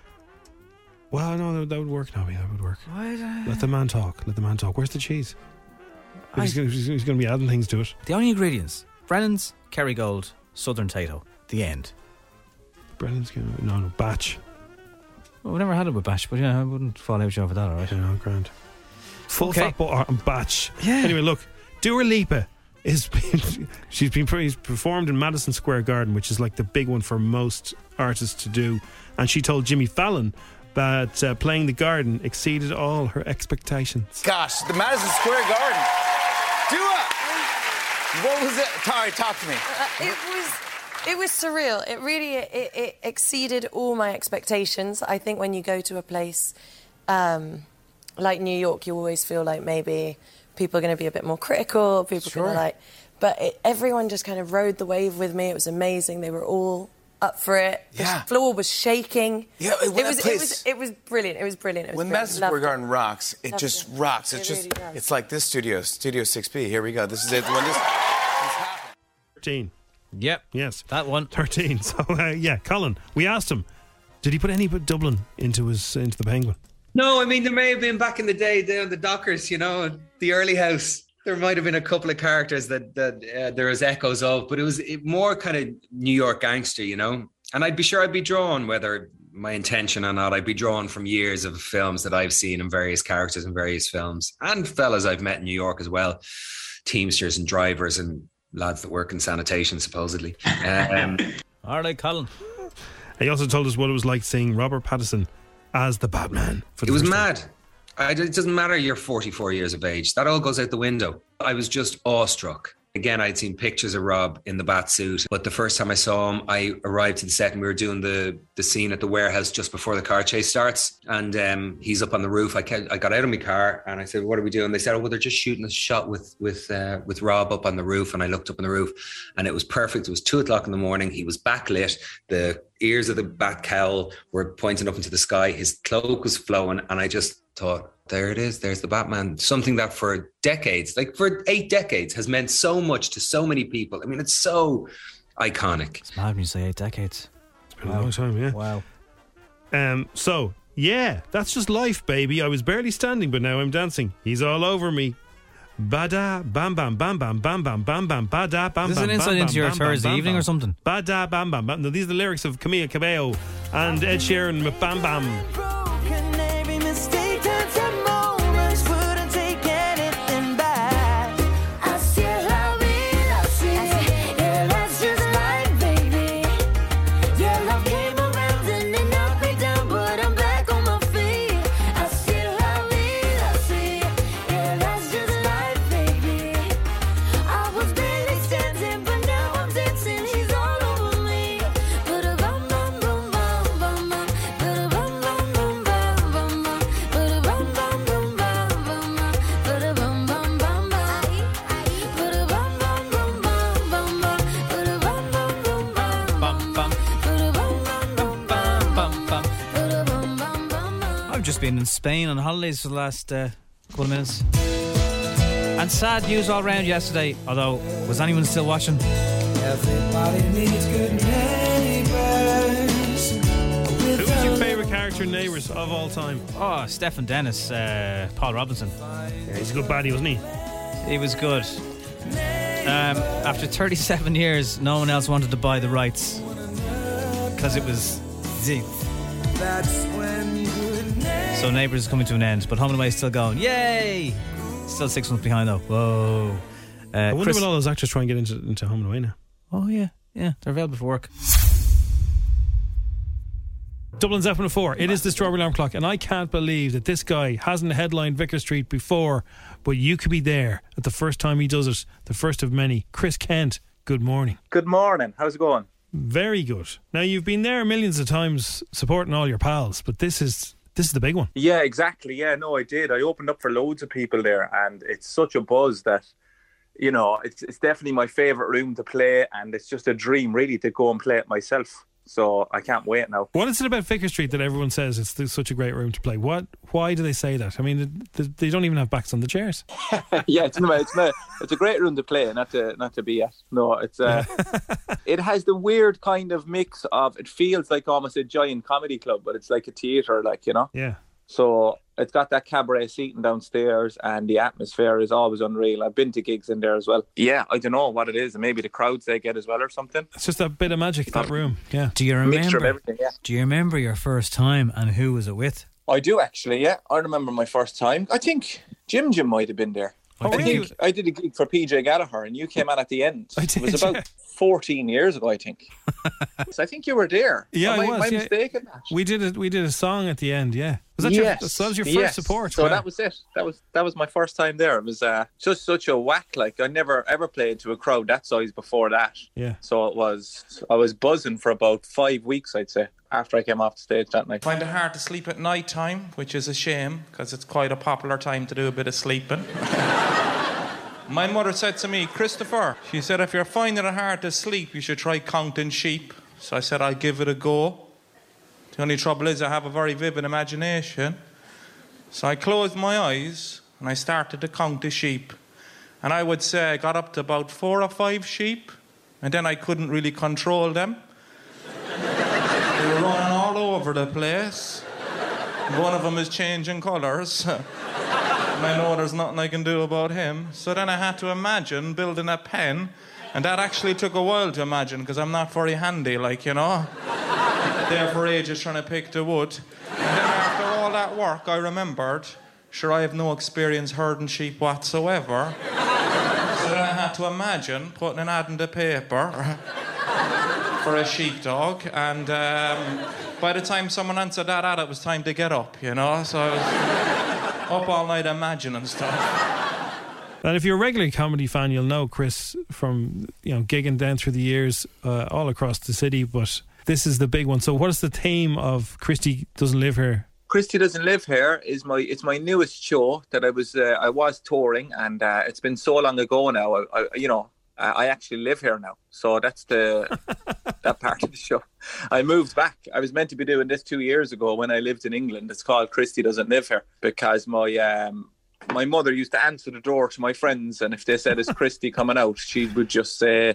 D: Well, no, that, that would work, Nobby. That would work.
E: Why?
D: Let the man talk. Let the man talk. Where's the cheese? He's going to be adding things to it.
E: The only ingredients Brennan's, Kerrygold, Southern Tato. The end.
D: Brennan's going to. No, no, batch.
E: Well, we've never had it with Bash, but yeah, I wouldn't fall out with you over that, all right?
D: Yeah, grand. Full
E: Okay.
D: fat bar and batch.
E: Yeah.
D: Anyway, look, Dua Lipa is been, she's been pre- performed in Madison Square Garden, which is like the big one for most artists to do, and she told Jimmy Fallon that uh, playing the garden exceeded all her expectations.
J: Gosh, the Madison Square Garden. Dua What was it? Tari, talk to me.
V: Uh, it was it was surreal. It really it, it exceeded all my expectations. I think when you go to a place um, like New York, you always feel like maybe people are going to be a bit more critical. People are
J: Sure.
V: going to like, but it, everyone just kind of rode the wave with me. It was amazing. They were all up for it. The
J: Yeah.
V: floor was shaking.
J: Yeah, it- when
V: was
J: that
V: it was
J: place-
V: it was brilliant. It was brilliant. It was
J: When
V: brilliant.
J: Madison
V: Loved
J: Square
V: it.
J: Garden rocks, it
V: Loved
J: just
V: it.
J: rocks. It's
V: It
J: just,
V: really does.
J: it's like this studio, Studio 6B. Here we go. This is it. When this,
D: 13.
E: Yep.
D: Yes.
E: That one.
D: 13. So, uh, yeah, Colin, we asked him, did he put any but Dublin into his into the Penguin?
C: No, I mean there may have been back in the day down the Dockers, you know, the early house. There might have been a couple of characters that that uh, there was echoes of, but it was it, more kind of New York gangster, you know. And I'd be sure I'd be drawn, whether my intention or not, I'd be drawn from years of films that I've seen and various characters in various films and fellas I've met in New York as well, teamsters and drivers and lads that work in sanitation supposedly. Um,
E: All right, Colin.
D: He also told us what it was like seeing Robert Pattinson as the Batman. For the
C: it was
D: first time.
C: mad. I, it doesn't matter you're 44 years of age. That all goes out the window. I was just awestruck. Again, I'd seen pictures of Rob in the bat suit, but the first time I saw him, I arrived to the set and we were doing the the scene at the warehouse just before the car chase starts. And um, he's up on the roof. I kept, I got out of my car and I said, "What are we doing?" They said, "Oh, well, they're just shooting a shot with with uh, with Rob up on the roof." And I looked up on the roof, and it was perfect. It was two o'clock in the morning. He was backlit. The ears of the bat cowl were pointing up into the sky. His cloak was flowing, and I just thought, there it is. There's the Batman. Something that for decades, like for eight decades, has meant so much to so many people. I mean, it's so iconic.
E: It's mad when you say eight decades. It's
D: been a long time, yeah.
E: Wow.
D: Um, so, yeah, that's just life, baby. I was barely standing, but now I'm dancing. He's all over me. Bada bam bam bam bam bam bam bam bam bada bam
E: Is this
D: bam
E: an insight
D: bam,
E: into
D: bam,
E: your
D: bam,
E: Thursday
D: bam,
E: evening
D: bam.
E: or something?
D: Bada bam bam bam. No, these are the lyrics of Camila Cabello and Ed Sheeran with Bam Bam.
F: Broken every mistake turns to moments. Wouldn't take anything back. I see how real I see. Yeah, that's just life, baby. Yeah, love came around and it knocked me down, but I'm back on my feet. I see how real I see. Yeah, that's just life, baby. I was barely standing, but now I'm dancing. She's all over me. But a bum bum bum bum bum bum. But a bum bum bum bum bum bum. But a bum bum bum bum bum bum. But a bum bum bum bum. But a bum bum bum bum bum bum. But a bum bum bum bum bum bum. But a bum bum bum bum bum bum. But a bum bum bum bum.
E: I've just been in Spain on holidays for the last uh, couple of minutes. And sad news all round yesterday, although, was anyone still watching?
M: Everybody needs good neighbors.
D: Who's your favourite character in Neighbours of all time?
E: Oh, Stephen Dennis, uh, Paul Robinson. Yeah,
D: he's a good baddie, wasn't he?
E: He was good. Um, after 37 years, no one else wanted to buy the rights because it was zing.
M: That's when good neighbors.
E: So Neighbours is coming to an end, but Home and Away is still going. Yay! Still six months behind though. Whoa. Uh,
D: I wonder
E: Chris-
D: will all those actors try and get into, into Home and Away now.
E: Oh yeah, yeah, they're available for work.
D: Dublin's F104. It is the Strawberry Alarm Clock, and I can't believe that this guy hasn't headlined Vicar Street before, but you could be there at the first time he does it, the first of many. Chris Kent, good morning.
W: Good morning. How's it going?
D: Very good. Now you've been there millions of times supporting all your pals, but this is this is the big one.
W: Yeah, exactly. Yeah, no, I did. I opened up for loads of people there, and it's such a buzz that, you know, it's it's definitely my favorite room to play, and it's just a dream really to go and play it myself. So I can't wait now.
D: What is it about Vicar Street that everyone says it's th- such a great room to play? What? Why do they say that? I mean, th- th- they don't even have backs on the chairs.
W: yeah, it's no, it's no, it's a great room to play, not to not to be at. No, it's uh, it has the weird kind of mix of it feels like almost a giant comedy club, but it's like a theater, like you know.
D: Yeah.
W: So it's got that cabaret seating downstairs, and the atmosphere is always unreal. I've been to gigs in there as well. Yeah, I don't know what it is. Maybe the crowds they get as well or something. Uh,
D: It's just a bit of magic that room. Yeah.
E: Do you
W: Mixture of
E: remember?
W: everything, yeah.
E: Do you remember your first time and who was it with?
W: I do actually. Yeah, I remember my first time. I think Jim Jim might have been there.
E: Oh,
W: I
E: really?
W: think I did a gig for PJ Gallagher, and you came on at the end. it was about 14 years ago, I think. so I think you were there.
D: Yeah,
W: Am
D: I
W: I,
D: was,
W: am I
D: yeah.
W: mistaken?
D: We did a, we did a song at the end. Yeah, was that your?
W: Yes,
D: So that was your first
W: yes.
D: support.
W: So
D: Wow.
W: that was it. That was that was my first time there. It was uh, just such a whack. Like I never ever played to a crowd that size before that.
D: Yeah.
W: So it was I was buzzing for about five weeks, I'd say, after I came off the stage that night.
R: Find it hard to sleep at night time, which is a shame because it's quite a popular time to do a bit of sleeping. My mother said to me, Christopher, she said, if you're finding it hard to sleep, you should try counting sheep. So I said, I'll give it a go. The only trouble is, I have a very vivid imagination. So I closed my eyes and I started to count the sheep. And I would say I got up to about four or five sheep, and then I couldn't really control them. They were running all over the place. One of them is changing colours. and I know there's nothing I can do about him. So then I had to imagine building a pen. And that actually took a while to imagine because I'm not very handy, like, you know. there for ages trying to pick the wood. And then after all that work, I remembered sure, I have no experience herding sheep whatsoever. so then I had to imagine putting an ad in the paper for a sheepdog, and um, by the time someone answered that ad, it was time to get up, you know? So I was up all night imagining stuff.
D: And if you're a regular comedy fan, you'll know Chris from you know gigging down through the years uh, all across the city. But this is the big one. So, what is the theme of Christy doesn't live here?
W: Christy doesn't live here is my it's my newest show that I was uh, I was touring and uh, it's been so long ago now I, I you know I I actually live here now so that's the that part of the show I moved back I was meant to be doing this two years ago when I lived in England it's called Christy doesn't live here because my um my mother used to answer the door to my friends and if they said is Christy coming out she would just say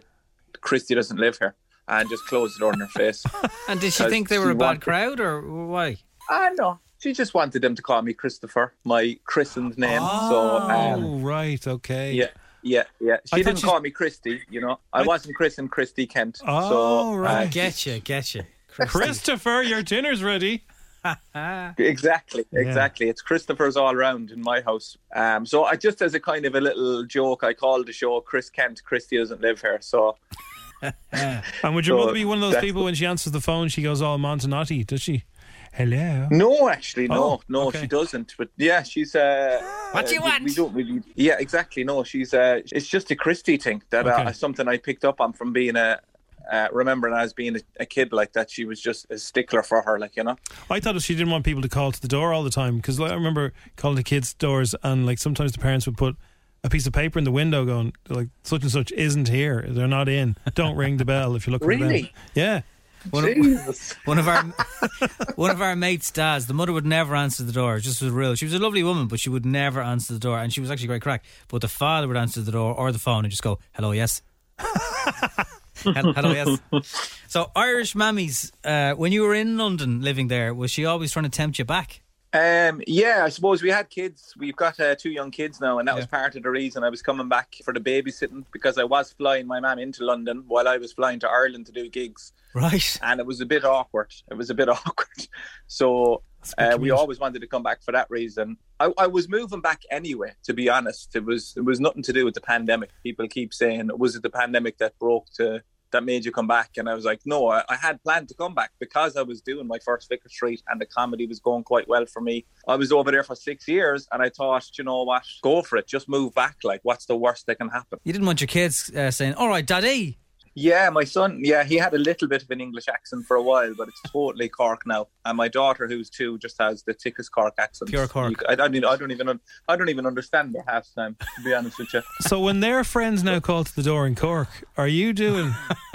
W: Christy doesn't live here and just close the door in her face
E: And did she
W: Because
E: think they were
W: she
E: a bad
W: wanted-
E: crowd or why?
W: Ah, no. She just wanted them to call me Christopher, my christened name.
D: Oh,
W: so, um,
D: right, okay.
W: yeah, yeah, yeah.
D: I
W: She
D: thought
W: didn't
D: she-
W: call me Christy, you know. I,
D: I-
W: wasn't christened Christy Kent.
D: Oh,
W: so,
D: right.
W: uh,
E: Get you, get you.
D: Christopher, your dinner's ready.
W: Exactly,
D: Yeah.
W: exactly. It's Christopher's all round in my house. Um, so I just as a kind of a little joke, I called the show Chris Kent. Christy doesn't live here, so
D: And would your
W: So
D: mother be one of those
W: that's-
D: people when she answers the phone, she goes all Montanotti, does she? Hello.
W: No, actually, no,
D: Oh,
W: no, she doesn't. But yeah, she's. Uh,
D: What
W: uh,
D: do you
W: we-
D: want?
W: We, don't really. Yeah, exactly. No, she's. Uh, it's just a Christie thing that
D: Okay.
W: uh, something I picked up on from being a. Uh, remembering as being a, a kid like that, she was just a stickler for her, like you know.
D: I thought she didn't want people to call to the door all the time because like, I remember calling the kids' doors and like sometimes the parents would put a piece of paper in the window going like such and such isn't here. They're not in. Don't ring the bell if you're looking for them.
E: Really?
D: Yeah.
E: One of, one of our one of our mates' dads, the mother would never answer the door. It Just was real. She was a lovely woman, but she would never answer the door, and she was actually great crack. But the father would answer the door or the phone and just go, "Hello, yes." Hel- Hello, yes. So, Irish mummies, uh, when you were in London living there, was she always trying to tempt you back?
W: Um, yeah, I suppose we had kids. We've got uh, two young kids now, and that was part of the reason I was coming back for the babysitting because I was flying my mum into London while I was flying to Ireland to do gigs.
E: Right.
W: And it was a bit awkward. It was a bit awkward. So uh, we
X: commute.
W: always wanted to come back for that reason. I, I was moving back anyway. To be honest, it was it was nothing to do with the pandemic. People keep saying, "Was it the pandemic that broke to?" That made you come back, and I was like, no, I, I had planned to come back because I was doing my first Vicar Street, and the comedy was going quite well for me. I was over there for six years, and I thought, you know what, go for it, just move back. Like, what's the worst that can happen?
E: You didn't want your kids uh, saying, "All right, daddy."
W: Yeah, my son. Yeah, he had a little bit of an English accent for a while, but it's totally Cork now. And my daughter, who's two, just has the thickest Cork accent.
D: Pure Cork.
W: You- I don't. even- I don't even. un- I don't even understand her half the time. To be honest with you.
D: So when their friends now call to the door in Cork, are you doing?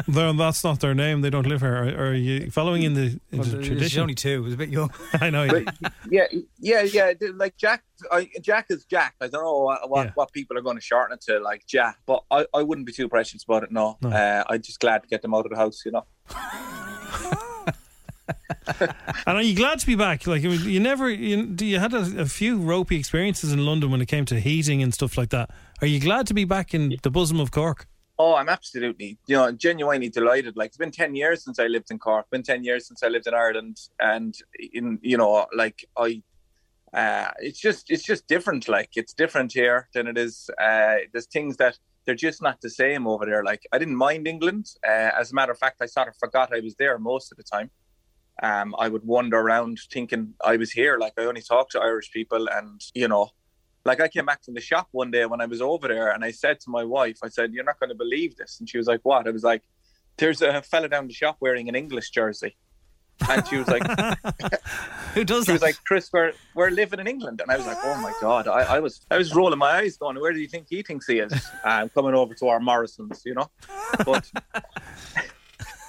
D: though that's not their name. They don't live here. Are, are you following in the, in
E: Well,
D: the
E: she's
D: tradition?
E: only two. It was a bit young.
D: I know. Yeah.
W: Yeah, yeah, yeah. th- Like Jack. I, Jack is Jack. I don't know what what, what people are going to shorten it to, like Jack. But I, I wouldn't be too precious about it. No,
D: No.
W: Uh, I'm just glad to get them out of the house. You know.
D: And are you glad to be back? Like I mean, you never, you, you had a, a few ropey experiences in London when it came to heating and stuff like that. Are you glad to be back in the bosom of Cork?
W: Oh, I'm absolutely, you know, genuinely delighted. Like it's been ten years since I lived in Cork. Been ten years since I lived in Ireland, and in you know, like I, uh, it's just it's just different. Like it's different here than it is. Uh, there's things that they're just not the same over there. Like I didn't mind England. Uh, as a matter of fact, I sort of forgot I was there most of the time. Um, I would wander around thinking I was here. Like I only talked to Irish people, and you know, like I came back from the shop one day when I was over there, and I said to my wife, I said, "You're not going to believe this," and she was like, "What?" I was like, "There's a fella down the shop wearing an English jersey." And she was like,
E: "Who does?"
W: She was like, "Chris, we're we're living in England," and I was like, "Oh my god!" I, I was I was rolling my eyes, going, "Where do you think he thinks he is?" I'm coming over to our Morrison's, you know. But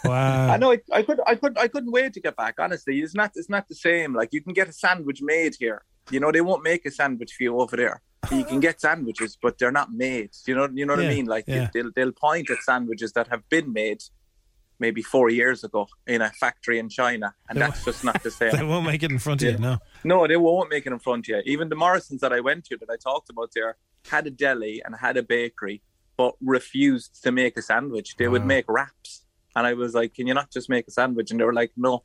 D: Wow.
W: I know I, I could I could I couldn't wait to get back. Honestly, it's not it's not the same. Like you can get a sandwich made here. You know they won't make a sandwich for you over there. You can get sandwiches, but they're not made. You know you know what
D: Yeah,
W: I mean. Like
D: yeah.
W: they'll they'll point at sandwiches that have been made maybe four years ago in a factory in China, and
D: They
W: that's just not the
D: They
W: same.
D: won't make it in front of you, no.
W: No, they won't make it in front of you. Even the Morrisons that I went to that I talked about there had a deli and had a bakery, but refused to make a sandwich. They would
D: Wow.
W: make wraps. And I was like, Can you not just make a sandwich? And they were like, No.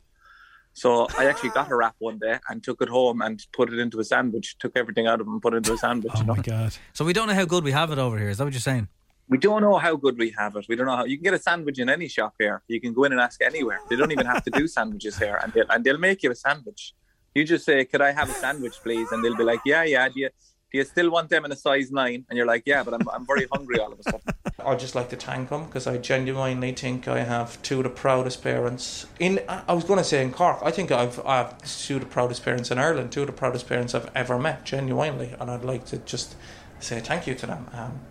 W: So I actually got a wrap one day and took it home and put it into a sandwich, took everything out of it and put it into a sandwich.
D: Oh,
W: you know?
D: God.
E: So we don't know how good we have it over here. Is that what you're saying?
W: We don't know how good we have it. We don't know how you can get a sandwich in any shop here. You can go in and ask anywhere. They don't even have to do sandwiches here, and they'll, and they'll make you a sandwich. You just say, "Could I have a sandwich, please?" And they'll be like, "Yeah, yeah." Do you do you still want them in a size nine? And you're like, "Yeah, but I'm I'm very hungry all of a sudden."
R: I'd just like to thank them because I genuinely think I have two of the proudest parents in. I I was going to say in Cork. I think I've I have two of the proudest parents in Ireland. Two of the proudest parents I've ever met, genuinely. And I'd like to just say thank you to them. Um,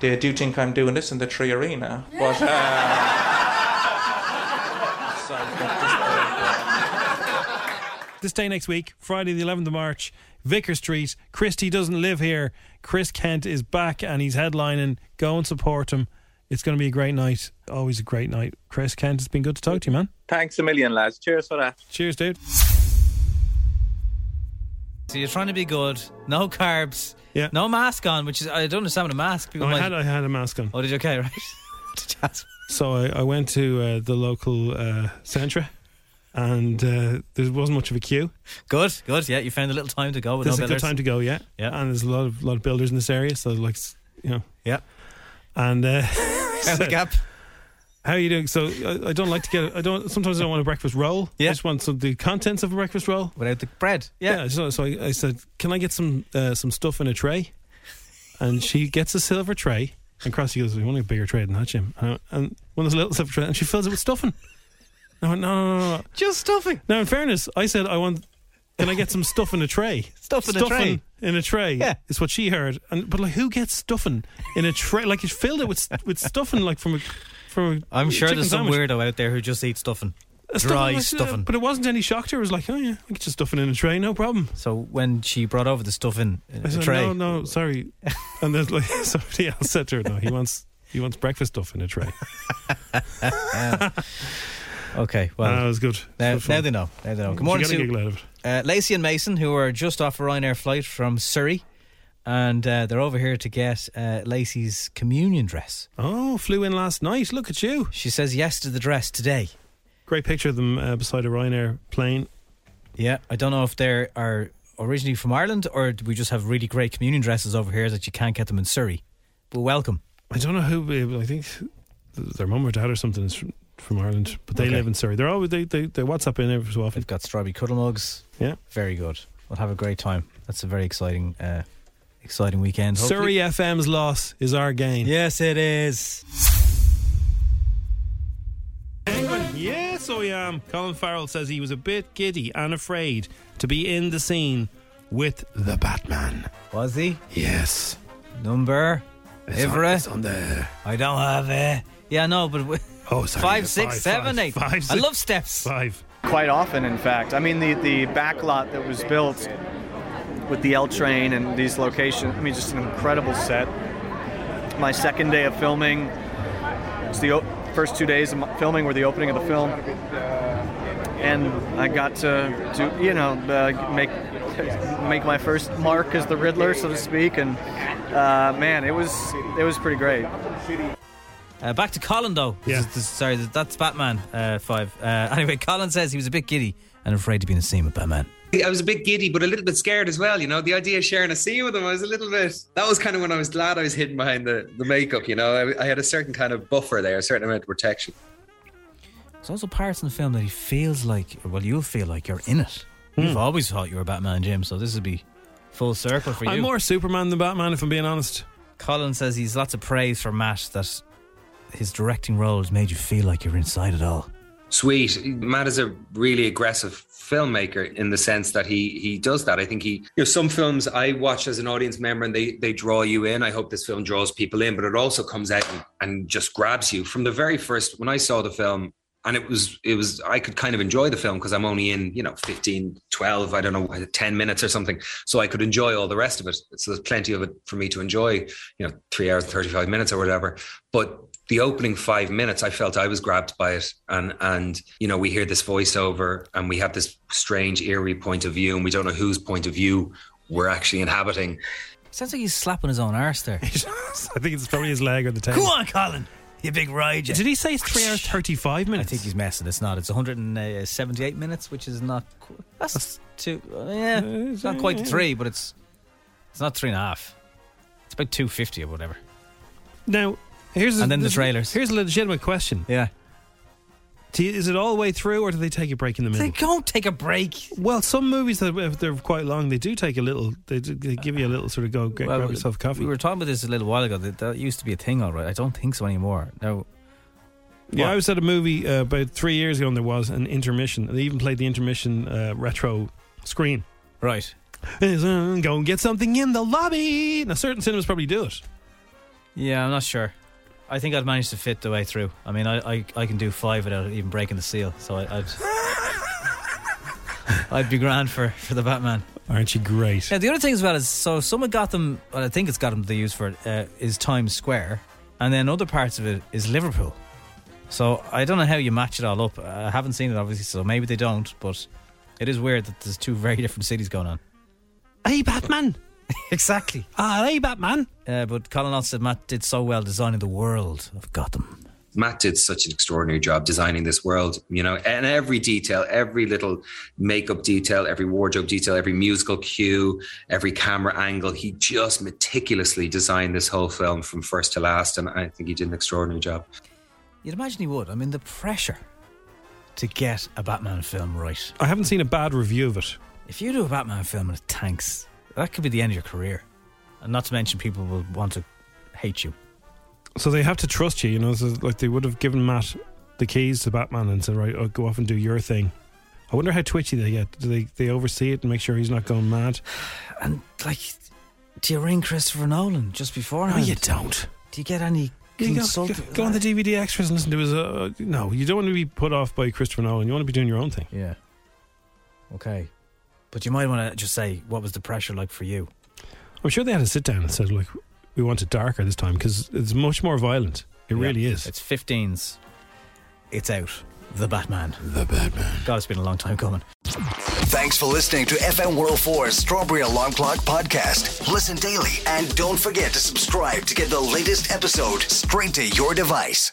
R: they do think I'm doing this in the tree arena, but. Uh, so I've got this-
D: This day next week, Friday the 11th of March, Vicker Street. Christy doesn't live here. Chris Kent is back and he's headlining. Go and support him. It's going to be a great night. Always a great night. Chris Kent, it's been good to talk to you, man.
W: Thanks a million, lads. Cheers for that.
D: Cheers, dude.
E: So you're trying to be good, no carbs, yeah. no mask on, which is I don't understand what a mask. People
D: No, Oh, I had
E: might-
D: I had a mask on.
E: Oh, did you okay, right?
D: So I, I went to uh, the local uh, Centra, and uh, there wasn't much of a queue.
E: Good, good. Yeah, you found a little time to go. With
D: There's
E: no
D: a good
E: billers.
D: time to go, yeah. Yeah. And there's a lot of lot of builders in this area, so like s- you know.
E: Yeah.
D: And uh,
E: Found the gap.
D: How are you doing? So I, I don't like to get. I don't. Sometimes I don't want a breakfast roll. Yeah. I just want some the contents of a breakfast roll
E: without the bread. Yeah.
D: so so I, I said, can I get some uh, some stuff in a tray? And she gets a silver tray, and Crossy goes, we want a bigger tray than that, Jim. And, I, and one of those little silver tray, and she fills it with stuffing. And I went, no, no, no, no,
E: just stuffing.
D: Now, in fairness, I said, I want. Can I get some stuff in a tray?
E: Stuff in a tray.
D: in a tray. Yeah, is what she heard. And but like, who gets stuffing in a tray? Like, you filled it with with stuffing, like from a from. A
E: I'm sure
D: chicken
E: there's some
D: sandwich.
E: weirdo out there who just eats stuffing,
D: A
E: dry
D: like, uh,
E: stuffing.
D: But it wasn't any shock to her. It was like, oh yeah, I get just stuffing in a tray, no problem.
E: So when she brought over the stuffing in
D: I
E: a
D: said,
E: tray,
D: No, no, sorry. And there's like somebody else said to her, no, he wants he wants breakfast stuff in a tray.
E: okay, well,
D: that was good.
E: Now,
D: Good fun.
E: now they know. Now they know. Good
D: She
E: morning,
D: got a
E: Sue.
D: giggle out of it.
E: Uh, Lacey and Mason, who are just off a Ryanair flight from Surrey, and uh, they're over here to get uh, Lacey's communion dress.
D: Oh, flew in last night. Look at you.
E: She says yes to the dress today.
D: Great picture of them uh, beside a Ryanair plane.
E: Yeah, I don't know if they are originally from Ireland or do we just have really great communion dresses over here that you can't get them in Surrey. But welcome.
D: I don't know who. uh, I think their mum or dad or something is from, from Ireland, but they
E: Okay.
D: live in Surrey. They're always they, they they WhatsApp in every so often.
E: They've got strawberry cuddle mugs.
D: Yeah,
E: very good. We'll have a great time. That's a very exciting, uh, exciting weekend.
D: Surrey
E: hopefully.
D: FM's loss is our gain.
E: Yes, it is.
D: Yes, I am. Colin Farrell says he was a bit giddy and afraid to be in the scene with the Batman.
E: Was he?
D: Yes.
E: Number.
D: It's on-
E: Ivra?
D: it's on there.
E: I don't have it. Yeah, no, but we-
D: oh, sorry.
E: five,
Y: Five,
E: six,
Y: five,
E: seven, eight.
Y: five,
E: I
Y: six-
E: love steps.
D: Five.
Y: Quite often, in fact. I mean, the, the back lot that was built with the L train and these locations, I mean, just an incredible set. My second day of filming, it's the o- first two days of my filming were the opening of the film. And I got to, to you know, uh, make make my first mark as the Riddler, so to speak. And uh, man, it was it was pretty great.
E: Uh, back to Colin though. Yeah. sorry, that's Batman uh, five. Uh, anyway, Colin says he was a bit giddy and afraid to be in a scene with Batman.
C: I was a bit giddy, but a little bit scared as well. You know, the idea of sharing a scene with him, I was a little bit. That was kind of when I was glad I was hidden behind the, the makeup. You know, I, I had a certain kind of buffer there, a certain amount of protection.
E: There's also parts in the film that he feels like, well, you'll feel like you're in it.
D: Hmm.
E: You've always thought you were Batman, Jim, so this would be full circle for you.
D: I'm more Superman than Batman, if I'm being honest.
E: Colin says he's lots of praise for Matt that his directing role has made you feel like you're inside it all.
C: Sweet. Matt is a really aggressive filmmaker in the sense that he he does that. I think he you know some films I watch as an audience member and they they draw you in. I hope this film draws people in, but it also comes out and, and just grabs you from the very first when I saw the film and it was it was I could kind of enjoy the film because I'm only in, you know, 15, 12, I don't know, 10 minutes or something. So I could enjoy all the rest of it. So there's plenty of it for me to enjoy, you know, 3 hours and 35 minutes or whatever. But the opening five minutes, I felt I was grabbed by it, and and you know we hear this voiceover, and we have this strange, eerie point of view, and we don't know whose point of view we're actually inhabiting.
E: Sounds like he's slapping his own arse there.
D: I think it's probably his leg or the tail.
E: Come on, Colin. You big ride.
D: Did he say it's three hours thirty-five minutes?
E: I think he's messing. It's not. It's 178 uh, minutes, which is not. qu- That's two. Yeah, it's not quite
D: yeah.
E: three, but it's it's not three and a half. It's about two fifty or whatever.
D: Now, here's
E: And then the
D: this-
E: trailers.
D: Here's a legitimate question.
E: Yeah.
D: Do you- is it all the way through, or do they take a break in the middle?
E: They don't take a break.
D: Well, some movies that if they're quite long, they do take a little. They, do, they give you a little sort of go get, grab yourself a coffee.
E: We were talking about this a little while ago. That, that used to be a thing, all right. I don't think so anymore. Now,
D: Yeah, I was at a movie uh, about three years ago, and there was an intermission. They even played the intermission uh, retro screen. uh,
E: Right.
D: go and get something in the lobby. Now, certain cinemas probably do it.
E: yeah, I'm not sure. I think I'd manage to fit the way through. I mean, I, I, I can do five without even breaking the seal. So I, I'd I'd be grand for for the Batman.
D: Aren't you great?
E: Yeah, the other thing as well is so some of Gotham, well, I think it's Gotham they use for it, uh, is Times Square, and then other parts of it is Liverpool. So I don't know how you match it all up. I haven't seen it obviously, so maybe they don't. But it is weird that there's two very different cities going on.
D: Hey, Batman.
E: exactly.
D: Ah, hey, Batman.
E: Uh, but Colin also said Matt did so well designing the world of Gotham.
C: Matt did such an extraordinary job designing this world, you know, and every detail, every little makeup detail, every wardrobe detail, every musical cue, every camera angle. He just meticulously designed this whole film from first to last, and I think he did an extraordinary job.
E: You'd imagine he would. I mean, the pressure to get a Batman film right.
D: I haven't seen a bad review of it.
E: If you do a Batman film and it tanks, that could be the end of your career. And not to mention, people will want to hate you.
D: So they have to trust you, you know. So like they would have given Matt the keys to Batman and said, "Right, oh, go off and do your thing." I wonder how twitchy they get. Do they they oversee it and make sure he's not going mad?
E: And like, do you ring Christopher Nolan just beforehand?
D: No, you don't.
E: Do you get any
D: You go,
E: consult?
D: go- go on the DVD extras and listen to his. Uh, no, you don't want to be put off by Christopher Nolan. You want to be doing your own thing.
E: Yeah. Okay. But you might want to just say, what was the pressure like for you?
D: I'm sure they had to sit down and said, "Look, we want it darker this time because it's much more violent. It really is."
E: It's 15s. It's out. The Batman. The Batman. God, it's been a long time coming.
A: Thanks for listening to FM 104's Strawberry Alarm Clock podcast. Listen daily and don't forget to subscribe to get the latest episode straight to your device.